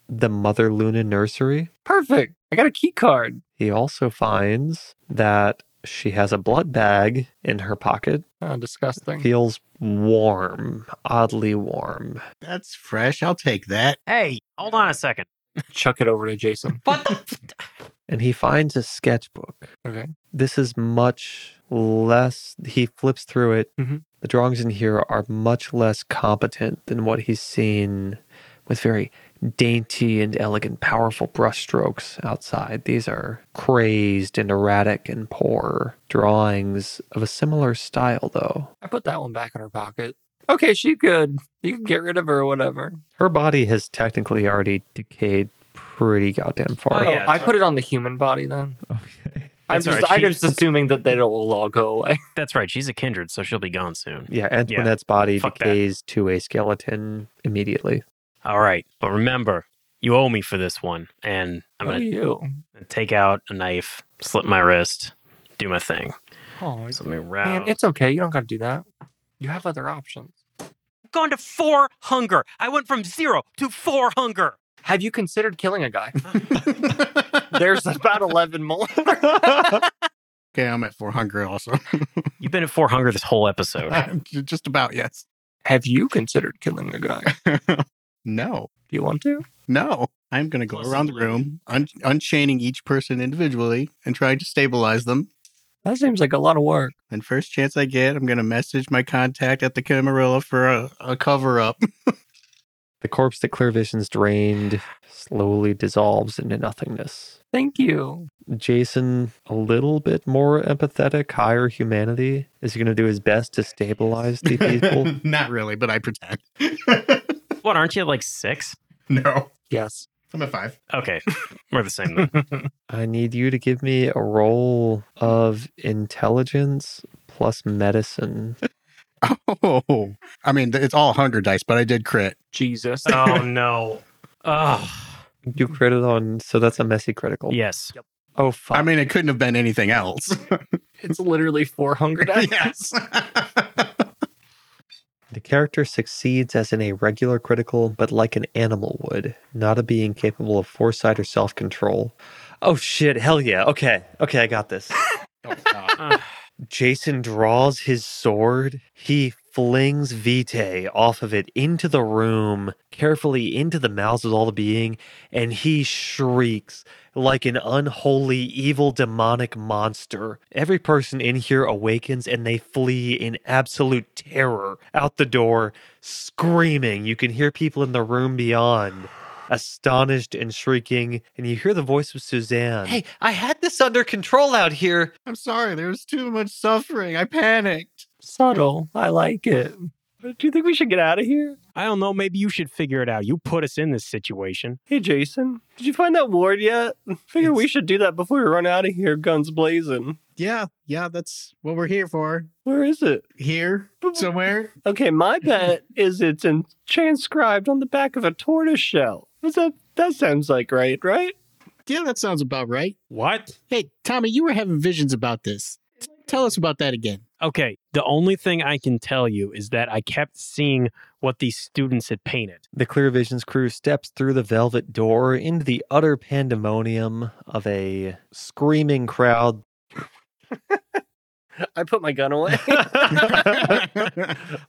the Mother Luna nursery. Perfect. I got a key card. He also finds that she has a blood bag in her pocket. Oh, disgusting. Feels warm, oddly warm. That's fresh. I'll take that. Hey, hold on a second. Chuck it over to Jason. What the? and he finds a sketchbook. Okay. This is much less, he flips through it. Mhm. The drawings in here are much less competent than what he's seen with very dainty and elegant, powerful brushstrokes outside. These are crazed and erratic and poor drawings of a similar style, though. I put that one back in her pocket. Okay, she good. You can get rid of her or whatever. Her body has technically already decayed pretty goddamn far. Oh, yeah, I put it on the human body then. Okay. I'm That's just, alright, I'm she- just assuming that they'll all go away. That's right. She's a kindred, so she'll be gone soon. Yeah, Antoinette's body fuck that. decays to a skeleton immediately. All right. But remember, you owe me for this one. And I'm Who are going you? to take out a knife, slip my wrist, do my thing. Oh, So let me man, round. it's okay. You don't got to do that. You have other options. gone to four hunger. I went from zero to four hunger. Have you considered killing a guy? There's about 11 more. Okay, I'm at four hunger also. You've been at four hunger this whole episode. I'm j- just about yes. Have you considered killing a guy? Do no, you want to? no. I'm going to go around the room, un- unchaining each person individually and trying to stabilize them. That seems like a lot of work. And first chance I get, I'm going to message my contact at the Camarilla for a, a cover up. The corpse that clear vision's drained slowly dissolves into nothingness. Thank you. Jason, a little bit more empathetic, higher humanity, is going to do his best to stabilize the people. Not really, but I pretend. What, aren't you at like six? no, Yes. I'm at five. Okay. We're the same then. I need you to give me a roll of intelligence plus medicine. Oh, I mean, th- it's all 100 dice, but I did crit. Jesus. oh, no. Oh, You critted on, so that's a messy critical. yes. Oh, fuck. I mean, it couldn't have been anything else. It's literally four hunger dice. yes. The character succeeds as in a regular critical, but like an animal would, not a being capable of foresight or self control. Oh shit, hell yeah. Okay, okay, I got this. Oh, Uh, Jason draws his sword. He flings Vitae off of it into the room, carefully into the mouths of all the being, and he shrieks like an unholy, evil, demonic monster. Every person in here awakens and they flee in absolute terror out the door, screaming. You can hear people in the room beyond. Astonished and shrieking, and you hear the voice of Suzanne. Hey, I had this under control out here. I'm sorry. There was too much suffering. I panicked. Subtle. I like it. Do you think we should get out of here? I don't know. Maybe you should figure it out. You put us in this situation. Hey, Jason, did you find that ward yet? Figure we should do that before we run out of here, guns blazing. Yeah. Yeah. That's what we're here for. Where is it? Here, somewhere. Okay, my bet is it's in, transcribed on the back of a tortoise shell. What's that? That sounds like right, right? Yeah, that sounds about right. What? Hey, Tommy, you were having visions about this. Tell us about that again. Okay. The only thing I can tell you is that I kept seeing what these students had painted. The Clear Visions crew steps through the velvet door into the utter pandemonium of a screaming crowd. I put my gun away.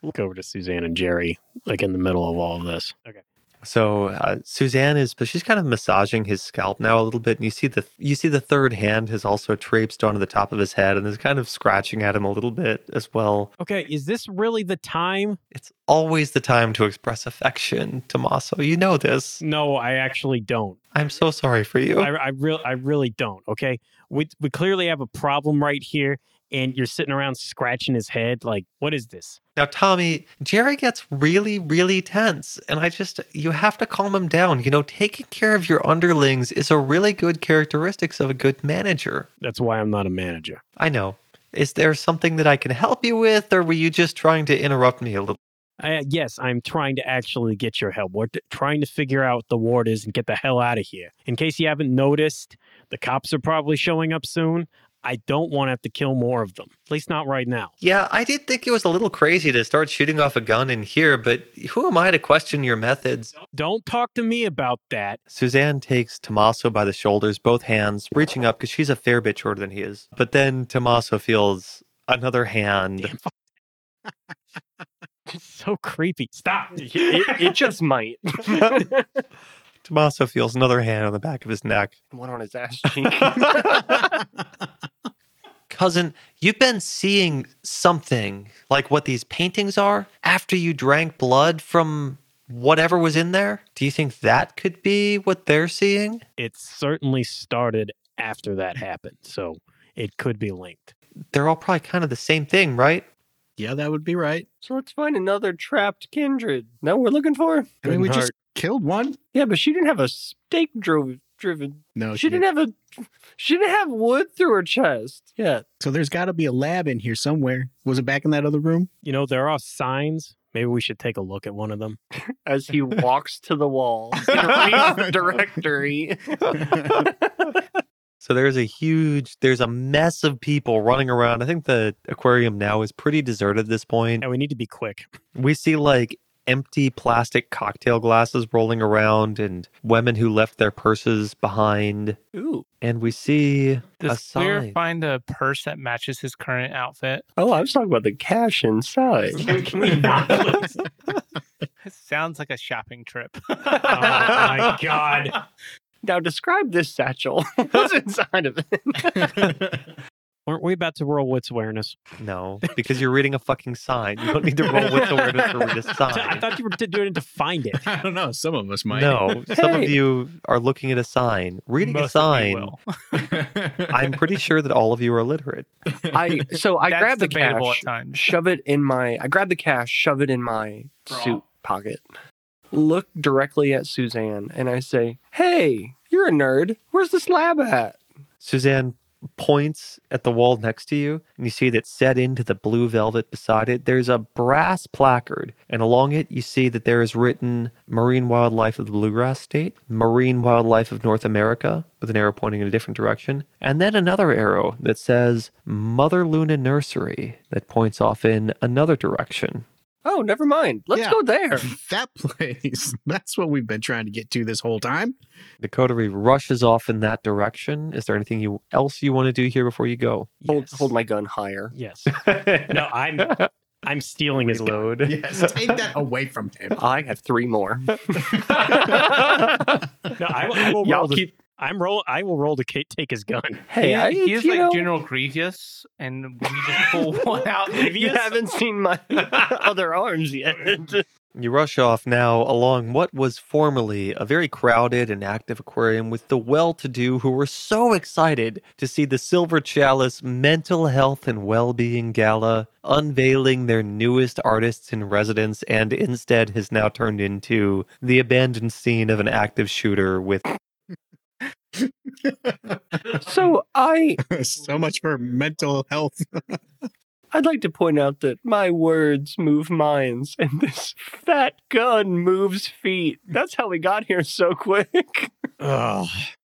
look over to Suzanne and Jerry, like in the middle of all of this. Okay. So uh, Suzanne is, but she's kind of massaging his scalp now a little bit, and you see the you see the third hand has also traipsed onto the top of his head and is kind of scratching at him a little bit as well. Okay. Is this really the time? It's always the time to express affection, Tommaso. You know this. No, I actually don't. I'm so sorry for you. I, I real I really don't. Okay, we we clearly have a problem right here, and you're sitting around scratching his head. Like, what is this? Now, Tommy, Jerry gets really, really tense. And I just, you have to calm him down. You know, taking care of your underlings is a really good characteristics of a good manager. That's why I'm not a manager. I know. Is there something that I can help you with, or were you just trying to interrupt me a little? I, uh, yes, I'm trying to actually get your help. We're t- trying to figure out what the ward is and get the hell out of here. In case you haven't noticed, the cops are probably showing up soon. I don't want to have to kill more of them. At least not right now. Yeah, I did think it was a little crazy to start shooting off a gun in here, but who am I to question your methods? Don't talk to me about that. Suzanne takes Tommaso by the shoulders, both hands, reaching up because she's a fair bit shorter than he is. But then Tommaso feels another hand. It's so creepy. Stop. it, it just might. Tommaso feels another hand on the back of his neck. One on his ass cheek. Cousin, you've been seeing something like what these paintings are after you drank blood from whatever was in there? Do you think that could be what they're seeing? It certainly started after that happened, so it could be linked. They're all probably kind of the same thing, right? Yeah, that would be right. so let's find another trapped kindred. No, we're looking for. I mean, we Couldn't just killed one. Yeah, but she didn't have a stake dro- driven. No, She didn't have a. She didn't have wood through her chest. Yeah. So there's got to be a lab in here somewhere. Was it back in that other room? You know, there are signs. Maybe we should take a look at one of them. As he walks to the wall and reads the directory. So there's a huge, there's a mess of people running around. I think the aquarium now is pretty deserted at this point. And we need to be quick. We see like empty plastic cocktail glasses rolling around and women who left their purses behind. Ooh. And we see a Does Clear sign. find a purse that matches his current outfit? Oh, I was talking about the cash inside. It sounds like a shopping trip. Oh my god. now describe this satchel. What's inside of it? Weren't we about to roll wits awareness? No, because you're reading a fucking sign. You don't need to roll with awareness to read a I sign. thought you were t- doing it to find it. I don't know. Some of us might. No, some of Hey. you are looking at a sign. Reading Most of a sign. you will. I'm pretty sure that all of you are illiterate. I so I That's grabbed the debatable cash, at times. shove it in my. I grabbed the cash, shove it in my suit pocket. Look directly at Suzanne, and I say, "Hey, you're a nerd. Where's this lab at?" Suzanne points at the wall next to you, and you see that set into the blue velvet beside it, there's a brass placard. And along it, you see that there is written Marine Wildlife of the Bluegrass State, Marine Wildlife of North America, with an arrow pointing in a different direction. And then another arrow that says Mother Luna Nursery, that points off in another direction. Oh, never mind. Let's Yeah. go there. that place. That's what we've been trying to get to this whole time. The coterie rushes off in that direction. Is there anything you, else you want to do here before you go? Hold, Yes. hold my gun higher. Yes. No, I'm I'm stealing his gun. Reload. Yes, take that away from him. I have three more. No, I, will- I will roll. Y'all To, keep. I'm roll. I will roll to ca- take his gun. Hey, I, he is you like know, General Grievous, and we just pull one out. You haven't seen my other arms yet. You rush off now along what was formerly a very crowded and active aquarium with the well to do who were so excited to see the Silver Chalice Mental Health and Well-Being Gala unveiling their newest artists in residence and instead has now turned into the abandoned scene of an active shooter with so I so much for mental health. I'd like to point out that my words move minds, and this fat gun moves feet. That's how we got here so quick.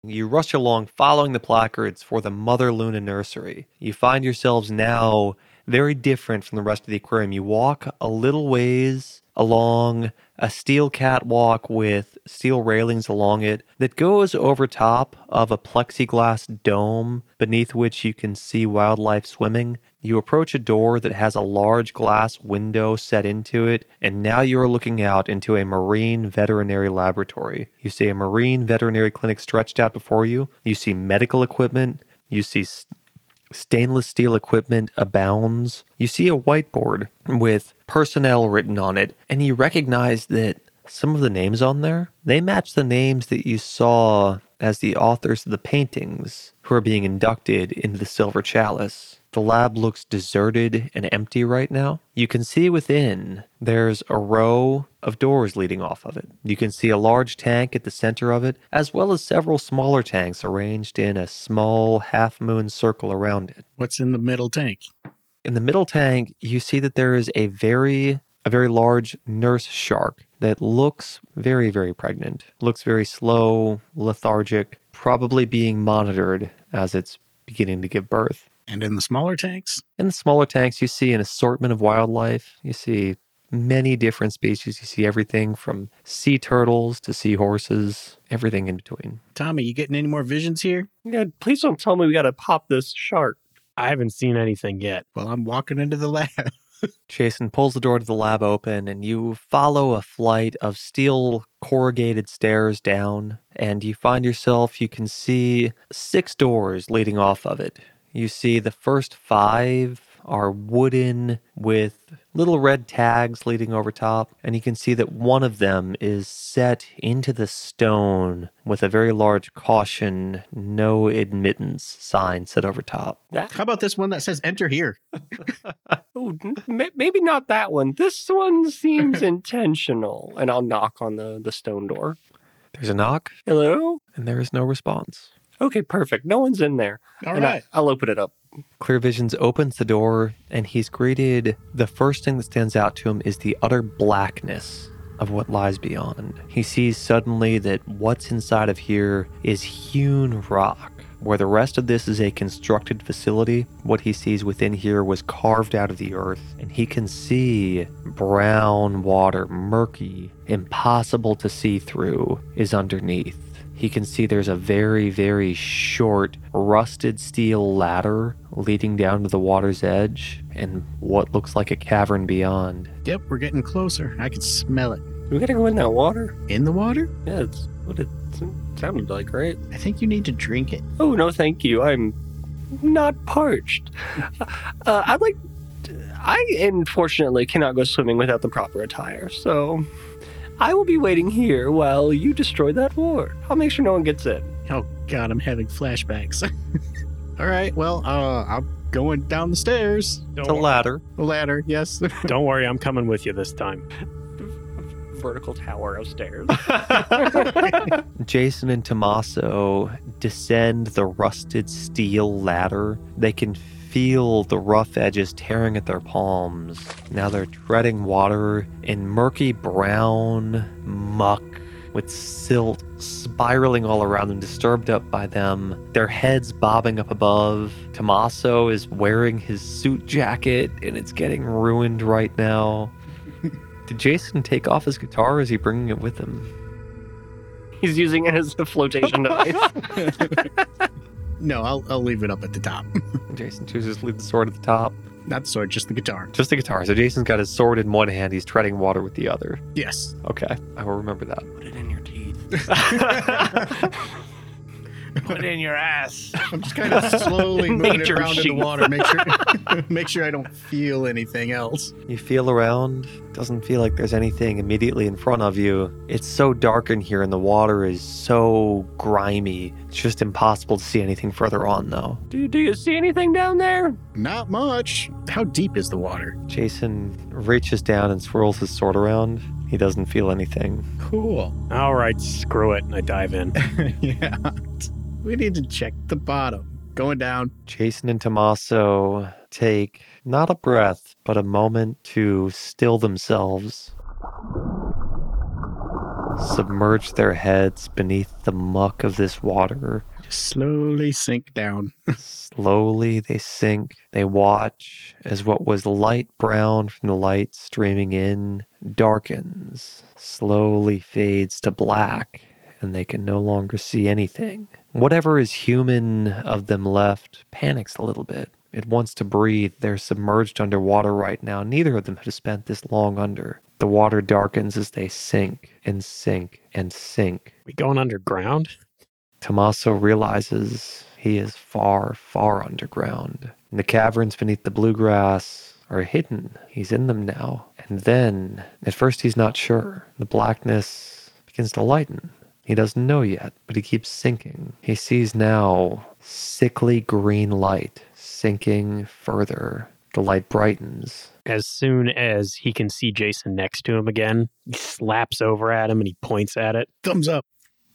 You rush along following the placards for the Mother Luna Nursery. You find yourselves now very different from the rest of the aquarium. You walk a little ways along a steel catwalk with steel railings along it that goes over top of a plexiglass dome beneath which you can see wildlife swimming. You approach a door that has a large glass window set into it, and now you are looking out into a marine veterinary laboratory. You see a marine veterinary clinic stretched out before you. You see medical equipment. You see s- stainless steel equipment abounds. You see a whiteboard with personnel written on it, and you recognize that some of the names on there they match the names that you saw as the authors of the paintings who are being inducted into the silver chalice. The lab looks deserted and empty right now. You can see within there's a row of doors leading off of it. You can see a large tank at the center of it, as well as several smaller tanks arranged in a small half moon circle around it. What's in the middle tank? In the middle tank, you see that there is a very a very large nurse shark that looks very very pregnant. Looks very slow, lethargic, probably being monitored as it's beginning to give birth. And in the smaller tanks? In the smaller tanks, you see an assortment of wildlife. You see many different species. You see everything from sea turtles to seahorses, everything in between. Tommy, you getting any more visions here? Yeah, please don't tell me we gotta pop this shark. I haven't seen anything yet. Well, I'm walking into the lab. Jason pulls the door to the lab open, and you follow a flight of steel corrugated stairs down, and you find yourself, you can see six doors leading off of it. You see the first five are wooden with little red tags leading over top, and you can see that one of them is set into the stone with a very large caution, no admittance sign set over top. How about this one that says enter here? Ooh, oh, n- may- maybe not that one. This one seems intentional. And I'll knock on the, the stone door. There's a knock, Hello? and there is no response. Okay, perfect. No one's in there. All and right. I, I'll open it up. Clear Visions opens the door and he's greeted. The first thing that stands out to him is the utter blackness of what lies beyond. He sees suddenly that what's inside of here is hewn rock. Where the rest of this is a constructed facility, what he sees within here was carved out of the earth, and he can see brown water, murky, impossible to see through, is underneath he can see there's a very, very short, rusted steel ladder leading down to the water's edge and what looks like a cavern beyond. Yep, we're getting closer. I can smell it. We gotta go in that water? In the water? Yeah, it's what it s- sounded like, right? I think you need to drink it. Oh, no, thank you. I'm not parched. uh, I'd like. I unfortunately cannot go swimming without the proper attire, so I will be waiting here while you destroy that ward. I'll make sure no one gets in. Oh god, I'm having flashbacks. All right, well, uh, I'm going down the stairs. It's a ladder. The ladder, yes. Don't worry, I'm coming with you this time. Vertical tower upstairs. Jason and Tommaso descend the rusted steel ladder. They can feel the rough edges tearing at their palms. Now they're treading water in murky brown muck with silt spiraling all around them, disturbed up by them, their heads bobbing up above. Tommaso is wearing his suit jacket and it's getting ruined right now. Did Jason take off his guitar? Or is he bringing it with him? He's using it as a flotation device. no, I'll, I'll leave it up at the top. Jason chooses to leave the sword at the top. Not the sword, just the guitar. Just the guitar. So Jason's got his sword in one hand, he's treading water with the other. Yes. Okay, I will remember that. Put it in your teeth. Put it in your ass. I'm just kind of slowly moving it Nature around in sheet. the water. Make sure, make sure I don't feel anything else. You feel around, doesn't feel like there's anything immediately in front of you. It's so dark in here and the water is so grimy. It's just impossible to see anything further on though. Do, do you see anything down there? Not much. How deep is the water? Jason reaches down and swirls his sword around. He doesn't feel anything. Cool. All right, screw it. And I dive in. yeah. We need to check the bottom. Going down. Jason and Tommaso take not a breath, but a moment to still themselves. Submerge their heads beneath the muck of this water. Just slowly sink down. Slowly they sink. They watch as what was light brown from the light streaming in darkens, slowly fades to black, and they can no longer see anything. Whatever is human of them left panics a little bit. It wants to breathe. They're submerged underwater right now. Neither of them has spent this long under. The water darkens as they sink and sink and sink. We going underground? Tommaso realizes he is far, far underground. And the caverns beneath the bluegrass are hidden. He's in them now. And then, at first, he's not sure. The blackness begins to lighten. He doesn't know yet, but he keeps sinking. He sees now sickly green light sinking further. The light brightens. As soon as he can see Jason next to him again, he slaps over at him and he points at it. Thumbs up.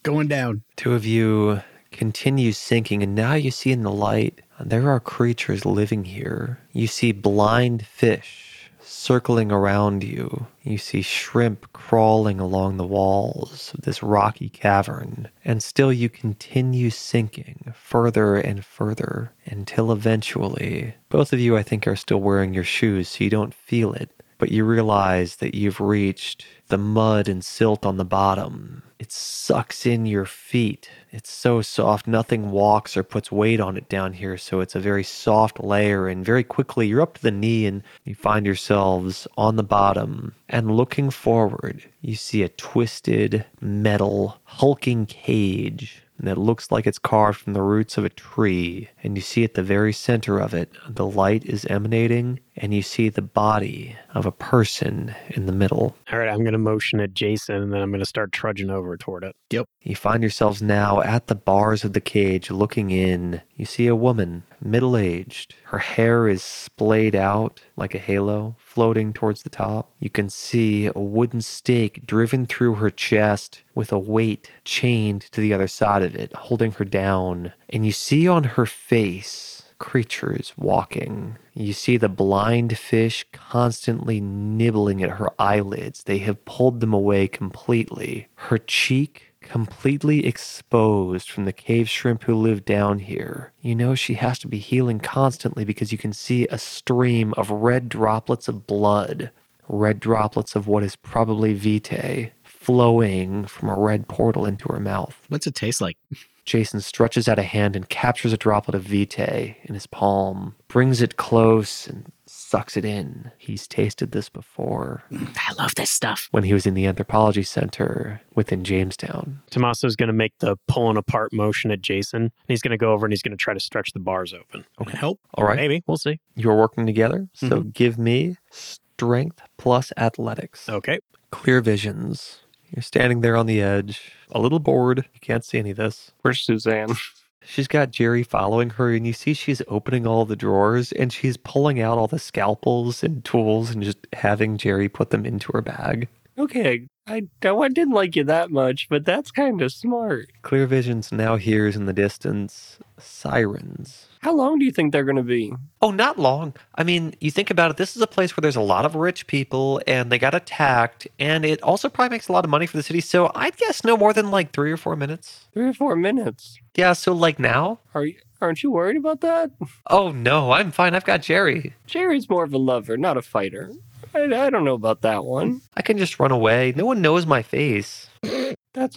Going down. Two of you continue sinking, and now you see in the light there are creatures living here. You see blind fish circling around you. You see shrimp crawling along the walls of this rocky cavern. And still you continue sinking further and further until eventually, both of you, I think, are still wearing your shoes, so you don't feel it. but you realize that you've reached the mud and silt on the bottom. It sucks in your feet. It's so soft. Nothing walks or puts weight on it down here. So it's a very soft layer. And very quickly, you're up to the knee and you find yourselves on the bottom. And looking forward, you see a twisted metal hulking cage and it looks like it's carved from the roots of a tree. And you see at the very center of it, the light is emanating, and you see the body of a person in the middle. All right, I'm going to motion at Jason and then I'm going to start trudging over toward it. You find yourselves now at the bars of the cage looking in. You see a woman, middle aged. Her hair is splayed out like a halo, floating towards the top. You can see a wooden stake driven through her chest with a weight chained to the other side of it, holding her down. And you see on her face creatures walking. You see the blind fish constantly nibbling at her eyelids. They have pulled them away completely. Her cheek completely exposed from the cave shrimp who live down here. You know she has to be healing constantly because you can see a stream of red droplets of blood, red droplets of what is probably vitae flowing from a red portal into her mouth. What's it taste like? Jason stretches out a hand and captures a droplet of vitae in his palm, brings it close, and sucks it in. He's tasted this before I love this stuff. when he was in the anthropology center within Jamestown. Tommaso's going to make the pulling apart motion at Jason. And he's going to go over and he's going to try to stretch the bars open. Okay. Help. All right, Maybe. We'll see. you're working together, so give me strength plus athletics. Okay. Clear visions. You're standing there on the edge, a little bored. You can't see any of this. Where's Suzanne? She's got Jerry following her, and you see she's opening all the drawers and she's pulling out all the scalpels and tools and just having Jerry put them into her bag. Okay, I, I didn't like you that much, but that's kind of smart. Clear Visions now hears in the distance sirens. How long do you think they're going to be? Oh, not long. I mean, you think about it, this is a place where there's a lot of rich people and they got attacked, and it also probably makes a lot of money for the city. So I'd guess no more than like three or four minutes. Three or four minutes. Yeah, so like now? Are you? Aren't you worried about that? Oh, no, I'm fine. I've got Jerry. Jerry's more of a lover, not a fighter. I, I don't know about that one. I can just run away. No one knows my face. That's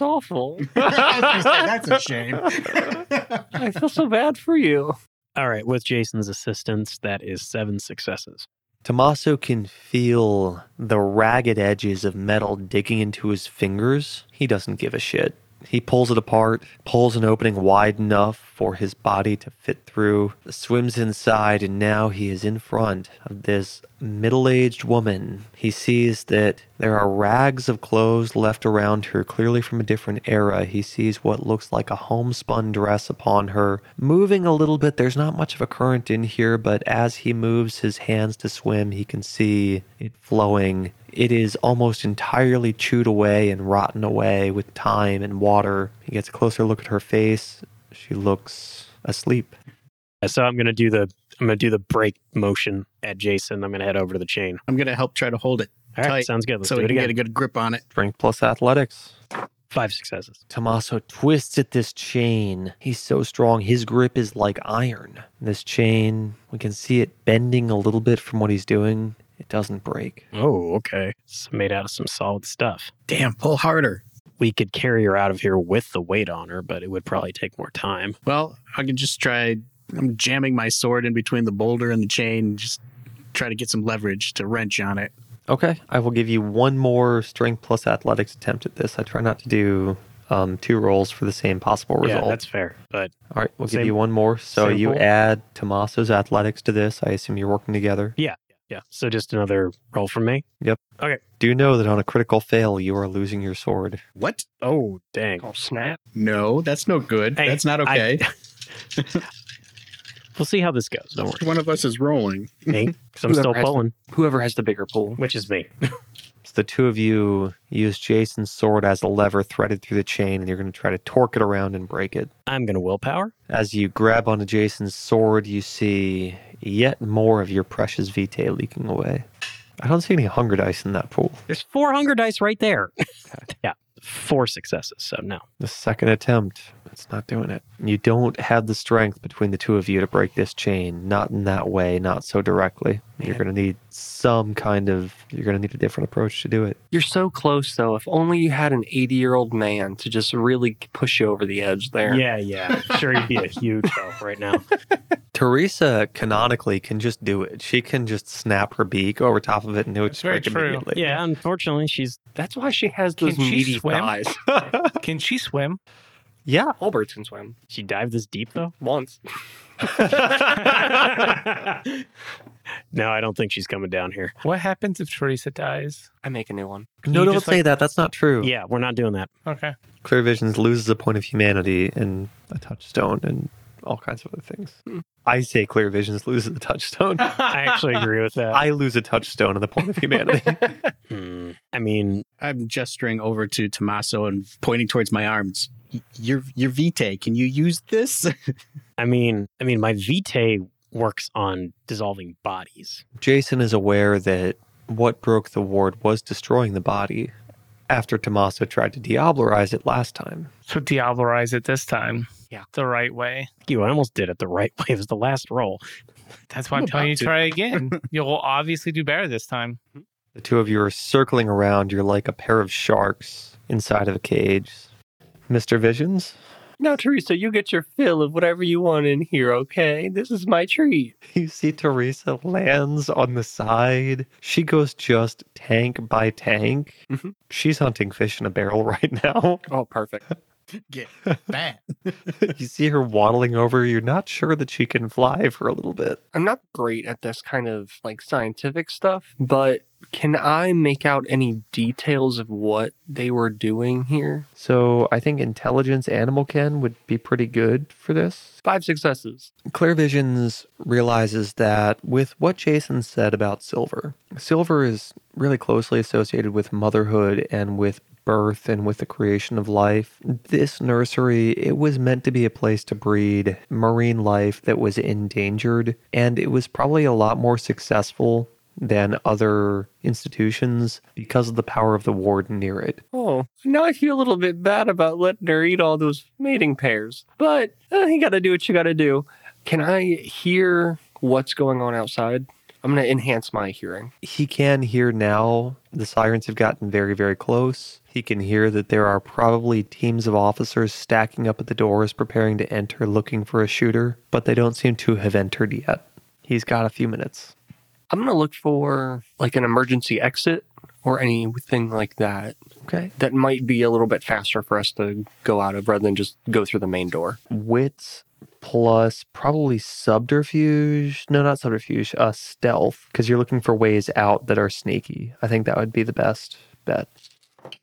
awful. That's a shame. I feel so bad for you. All right. With Jason's assistance, that is seven successes. Tommaso can feel the ragged edges of metal digging into his fingers. He doesn't give a shit. He pulls it apart, pulls an opening wide enough for his body to fit through, swims inside, and now he is in front of this middle aged woman. He sees that there are rags of clothes left around her, clearly from a different era. He sees what looks like a homespun dress upon her, moving a little bit. There's not much of a current in here, but as he moves his hands to swim, he can see it flowing. It is almost entirely chewed away and rotten away with time and water. He gets a closer look at her face. She looks asleep. So I'm going to do the I'm going to do the break motion at Jason. I'm going to head over to the chain. I'm going to help try to hold it All right. Tight. Sounds good. Let's so do we it can again. get a good grip on it. Strength plus athletics. Five successes. Tommaso twists at this chain. He's so strong, his grip is like iron. This chain, we can see it bending a little bit from what he's doing. It doesn't break. Oh, okay. It's made out of some solid stuff. Damn, pull harder. We could carry her out of here with the weight on her, but it would probably take more time. Well, I can just try. I'm jamming my sword in between the boulder and the chain. Just try to get some leverage to wrench on it. Okay, I will give you one more strength plus athletics attempt at this. I try not to do um, two rolls for the same possible Yeah, result. that's fair. But All right, we'll same- give you one more. So same you roll? add Tommaso's athletics to this. I assume you're working together. yeah, so just another roll from me. Do know that on a critical fail, you are losing your sword. What? Oh, dang. Oh snap! No, that's no good. Hey, that's not I- okay. We'll see how this goes. Don't worry. One of us is rolling. Me, 'cause I'm still Whoever has- pulling, Whoever has the bigger pool. which is me. So the two of you use Jason's sword as a lever threaded through the chain, and you're going to try to torque it around and break it. I'm going to willpower. As you grab onto Jason's sword, you see yet more of your precious vitae leaking away. I don't see any hunger dice in that pool. There's four hunger dice right there. yeah, four successes. So no. The second attempt It's not doing it. You don't have the strength between the two of you to break this chain. Not in that way, not so directly. You're going to need some kind of, you're going to need a different approach to do it. You're so close, though. If only you had an 80 year old man to just really push you over the edge there. Yeah, yeah. I'm sure you'd be a huge help right now. Teresa canonically can just do it. She can just snap her beak over top of it and it would That's just very break true. immediately. Yeah, unfortunately, she's That's why she has those Can she meaty swim? thighs. Can she swim? Yeah. Albert can swim she dived this deep though. once. No, I don't think she's coming down here. What happens if Teresa dies? I make a new one. No, You don't just, say that. That's not true. Yeah, we're not doing that. Okay. Clear Visions loses a point of humanity and a touchstone and all kinds of other things. Hmm. I say Clear Visions loses a touchstone. I actually agree with that. I lose a touchstone and the point of humanity. Hmm. I mean, I'm gesturing over to Tommaso and pointing towards my arms. Y- Your your vitae, can you use this? I mean, I mean, my vitae works on dissolving bodies. Jason is aware that what broke the ward was destroying the body after Tommaso tried to diablerize it last time. So diablerize it this time. Yeah. The right way. You, I almost did it the right way. It was the last roll. That's why I'm, I'm telling about you to. try again. You'll obviously do better this time. The two of you are circling around. You're like a pair of sharks inside of a cage. Mr. Visions, Now, Teresa, you get your fill of whatever you want in here, okay? This is my treat. you see Teresa lands on the side. She goes just tank by tank. Mhm. She's hunting fish in a barrel right now. Oh, perfect. Get that. you see her waddling over. You're not sure that she can fly for a little bit. I'm not great at this kind of like scientific stuff, but can I make out any details of what they were doing here? So I think intelligence animal ken would be pretty good for this. Five successes. Clairvisions realizes that with what Jason said about silver, silver is really closely associated with motherhood and with birth and with the creation of life. This nursery, it was meant to be a place to breed marine life that was endangered, and it was probably a lot more successful than other institutions because of the power of the ward near it. Oh, now I feel a little bit bad about letting her eat all those mating pairs, but uh, you gotta do what you gotta do. Can I hear what's going on outside? I'm gonna enhance my hearing. he can hear now the sirens have gotten very very close he can hear that there are probably teams of officers stacking up at the doors preparing to enter looking for a shooter but they don't seem to have entered yet he's got a few minutes I'm gonna look for like an emergency exit or anything like that okay that might be a little bit faster for us to go out of rather than just go through the main door. wits plus probably subterfuge no not subterfuge uh stealth because you're looking for ways out that are sneaky i think that would be the best bet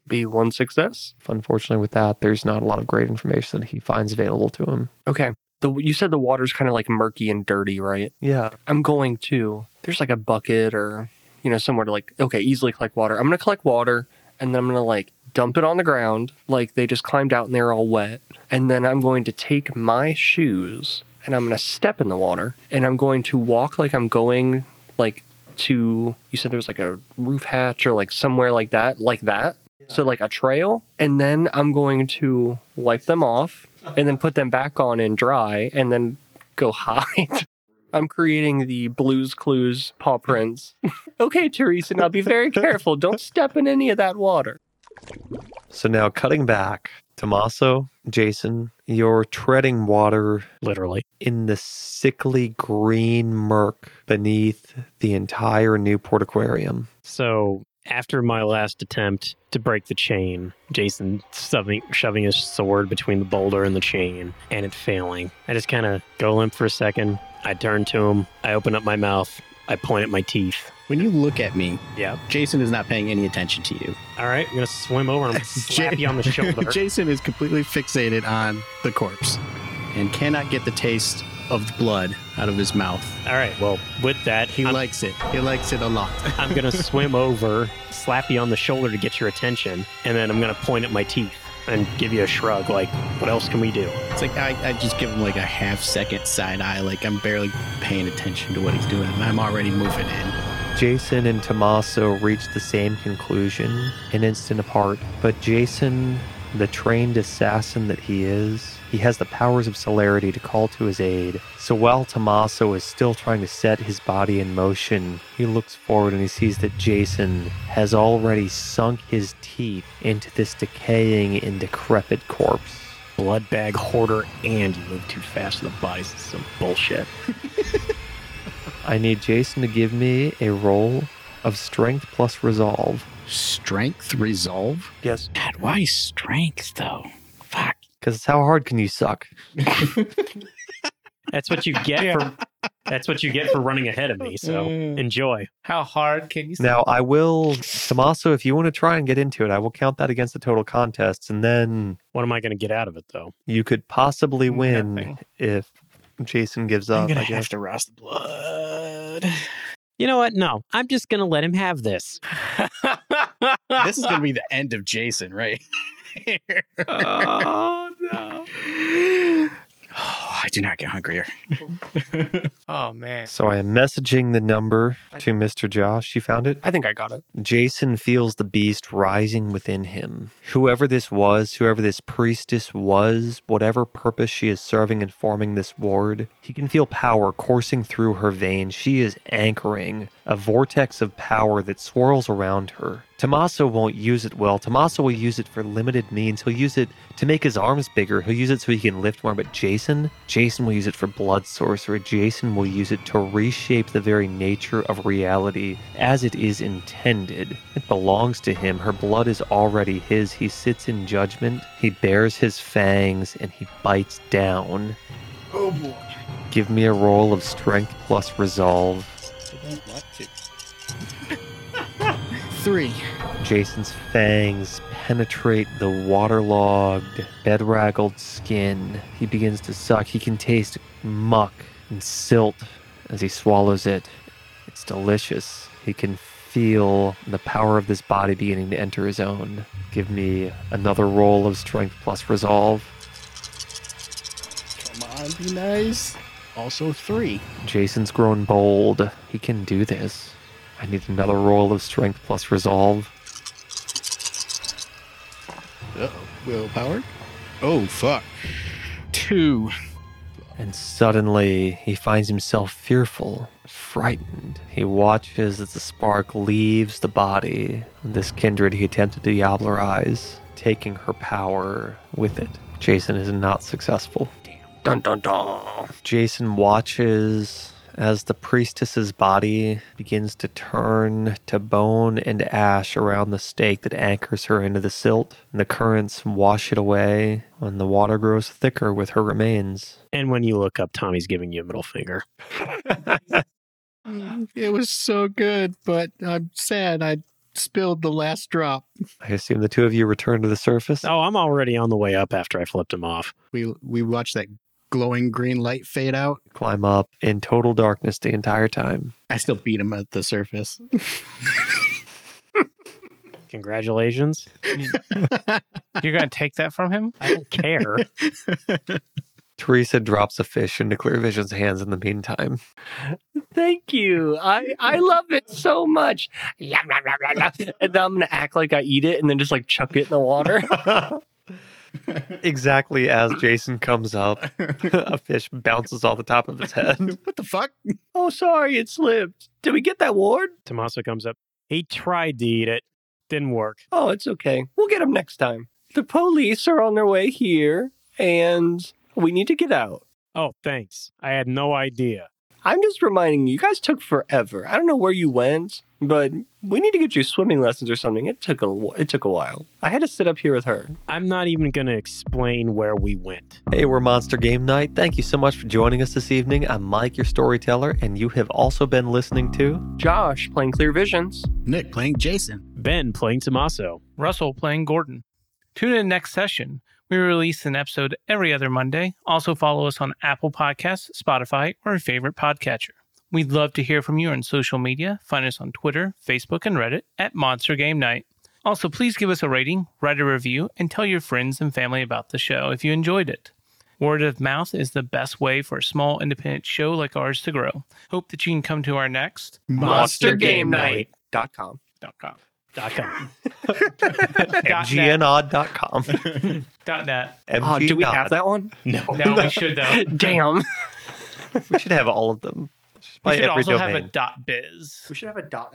Be one success. unfortunately with that there's not a lot of great information that he finds available to him Okay. The, you said the water's kind of like murky and dirty, right? yeah I'm going to. There's like a bucket or, you know, somewhere to like, okay, easily collect water. I'm going to collect water and then I'm going to like dump it on the ground. Like they just climbed out and they're all wet. And then I'm going to take my shoes and I'm going to step in the water and I'm going to walk like I'm going like to, you said there was like a roof hatch or like somewhere like that, like that. So like a trail, and then I'm going to wipe them off, and then put them back on and dry, and then go hide. I'm creating the Blues Clues paw Mm-hmm. prints. okay, Teresa, now be very careful. Don't step in any of that water. So now cutting back, Tommaso, Jason, you're treading water Literally, in the sickly green murk beneath the entire Newport Aquarium. So after my last attempt to break the chain, Jason shoving, shoving his sword between the boulder and the chain, and it failing. I just kind of go limp for a second. I turn to him. I open up my mouth. I point at my teeth. When you look at me, Yeah. Jason is not paying any attention to you. All right, I'm gonna swim over and I'm gonna slap you on the shoulder. Jason is completely fixated on the corpse and cannot get the taste of the blood out of his mouth. All right. Well, with that, He I'm, likes it. He likes it a lot. I'm gonna swim over, slap you on the shoulder to get your attention, and then I'm gonna point at my teeth and give you a shrug like, "What else can we do?" It's like I, I just give him like a half second side eye, like I'm barely paying attention to what he's doing, and I'm already moving in. Jason and Tommaso reach the same conclusion an instant apart, but Jason The trained assassin that he is, he has the powers of celerity to call to his aid. So while Tommaso is still trying to set his body in motion, he looks forward and he sees that Jason has already sunk his teeth into this decaying and decrepit corpse. Blood bag hoarder, and you live too fast in the bodies. It's some bullshit. I need Jason to give me a roll of strength plus resolve Strength resolve? Yes. God, why strength though? Fuck. because how hard can you suck? That's what you get for. That's what you get for running ahead of me. So enjoy. How hard can you? Now I will, Tommaso, if you want to try and get into it, I will count that against the total contests, and then What am I going to get out of it though? you could possibly Mm, win Nothing. if Jason gives I'm up. gonna I guess. have to rouse the blood. You know what? No, I'm just going to let him have this. This is gonna be the end of Jason, right? Here. oh no! Oh, I do not get hungrier. Oh man! So I am messaging the number to Mr. Josh. You found it? I think I got it. Jason feels the beast rising within him. Whoever this was, whoever this priestess was, whatever purpose she is serving and forming this ward, he can feel power coursing through her veins. She is anchoring a vortex of power that swirls around her. Tommaso won't use it well. Tommaso will use it for limited means. He'll use it to make his arms bigger. He'll use it so he can lift more. But Jason, Jason will use it for blood sorcery. Jason will use it to reshape the very nature of reality as it is intended. It belongs to him. Her blood is already his. He sits in judgment. He bares his fangs and he bites down. Oh boy. Give me a roll of strength plus resolve. Three. Jason's fangs penetrate the waterlogged, bedraggled skin. He begins to suck. He can taste muck and silt as he swallows it. It's delicious. He can feel the power of this body beginning to enter his own. Give me another roll of strength plus resolve. Come on, be nice. Also three. Jason's grown bold. He can do this. I need another roll of strength plus resolve. Uh-oh. Willpower. Oh fuck. Two. And suddenly he finds himself fearful, frightened. He watches as the spark leaves the body of this kindred he attempted to diablerize, taking her power with it. Jason is not successful. Dun dun dun. Jason watches as the priestess's body begins to turn to bone and ash around the stake that anchors her into the silt. The currents wash it away, and the water grows thicker with her remains. And when you look up, Tommy's giving you a middle finger. Mm, It was so good, but I'm sad I spilled the last drop. I assume the two of you return to the surface. Oh, I'm already on the way up after I flipped him off. We we watched that glowing green light fade out. Climb up in total darkness the entire time. I still beat him at the surface. Congratulations. You're gonna take that from him? I don't care. Teresa drops a fish into Clear Vision's hands in the meantime. Thank you. I, I love it so much. Yum, yum, yum, yum, yum. And then I'm going to act like I eat it and then just like chuck it in the water. exactly as Jason comes up, a fish bounces off the top of his head. what the fuck? oh, sorry, it slipped. Did we get that ward? Tommaso comes up. He tried to eat it. Didn't work. Oh, it's okay. We'll get them next time. The police are on their way here and we need to get out. Oh, thanks. I had no idea. I'm just reminding you, you guys took forever. I don't know where you went, but we need to get you swimming lessons or something. It took a wh- it took a while. I had to sit up here with her. I'm not even going to explain where we went. Hey, we're Monster Game Night. Thank you so much for joining us this evening. I'm Mike, your storyteller, and you have also been listening to Josh playing Clear Visions. Nick playing Jason. Ben playing Tommaso. Russell playing Gordon. Tune in next session. We release an episode every other Monday. Also, follow us on Apple Podcasts, Spotify, or your favorite podcatcher. We'd love to hear from you on social media. Find us on Twitter, Facebook, and Reddit at Monster Game Night. Also, please give us a rating, write a review, and tell your friends and family about the show if you enjoyed it. Word of mouth is the best way for a small independent show like ours to grow. Hope that you can come to our next MonsterGameNight.com. dot com. Dot com. MGNodd.com. Dot net. Oh, do we have that one? No. No, we should though. Damn. We should have all of them. Just We By should every also have a domain. dot biz. We should have a dot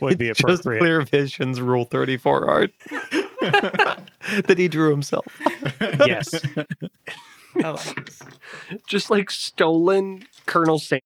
Would be Just appropriate. clear visions rule 34 art that he drew himself. Yes. Just like stolen Colonel Sanders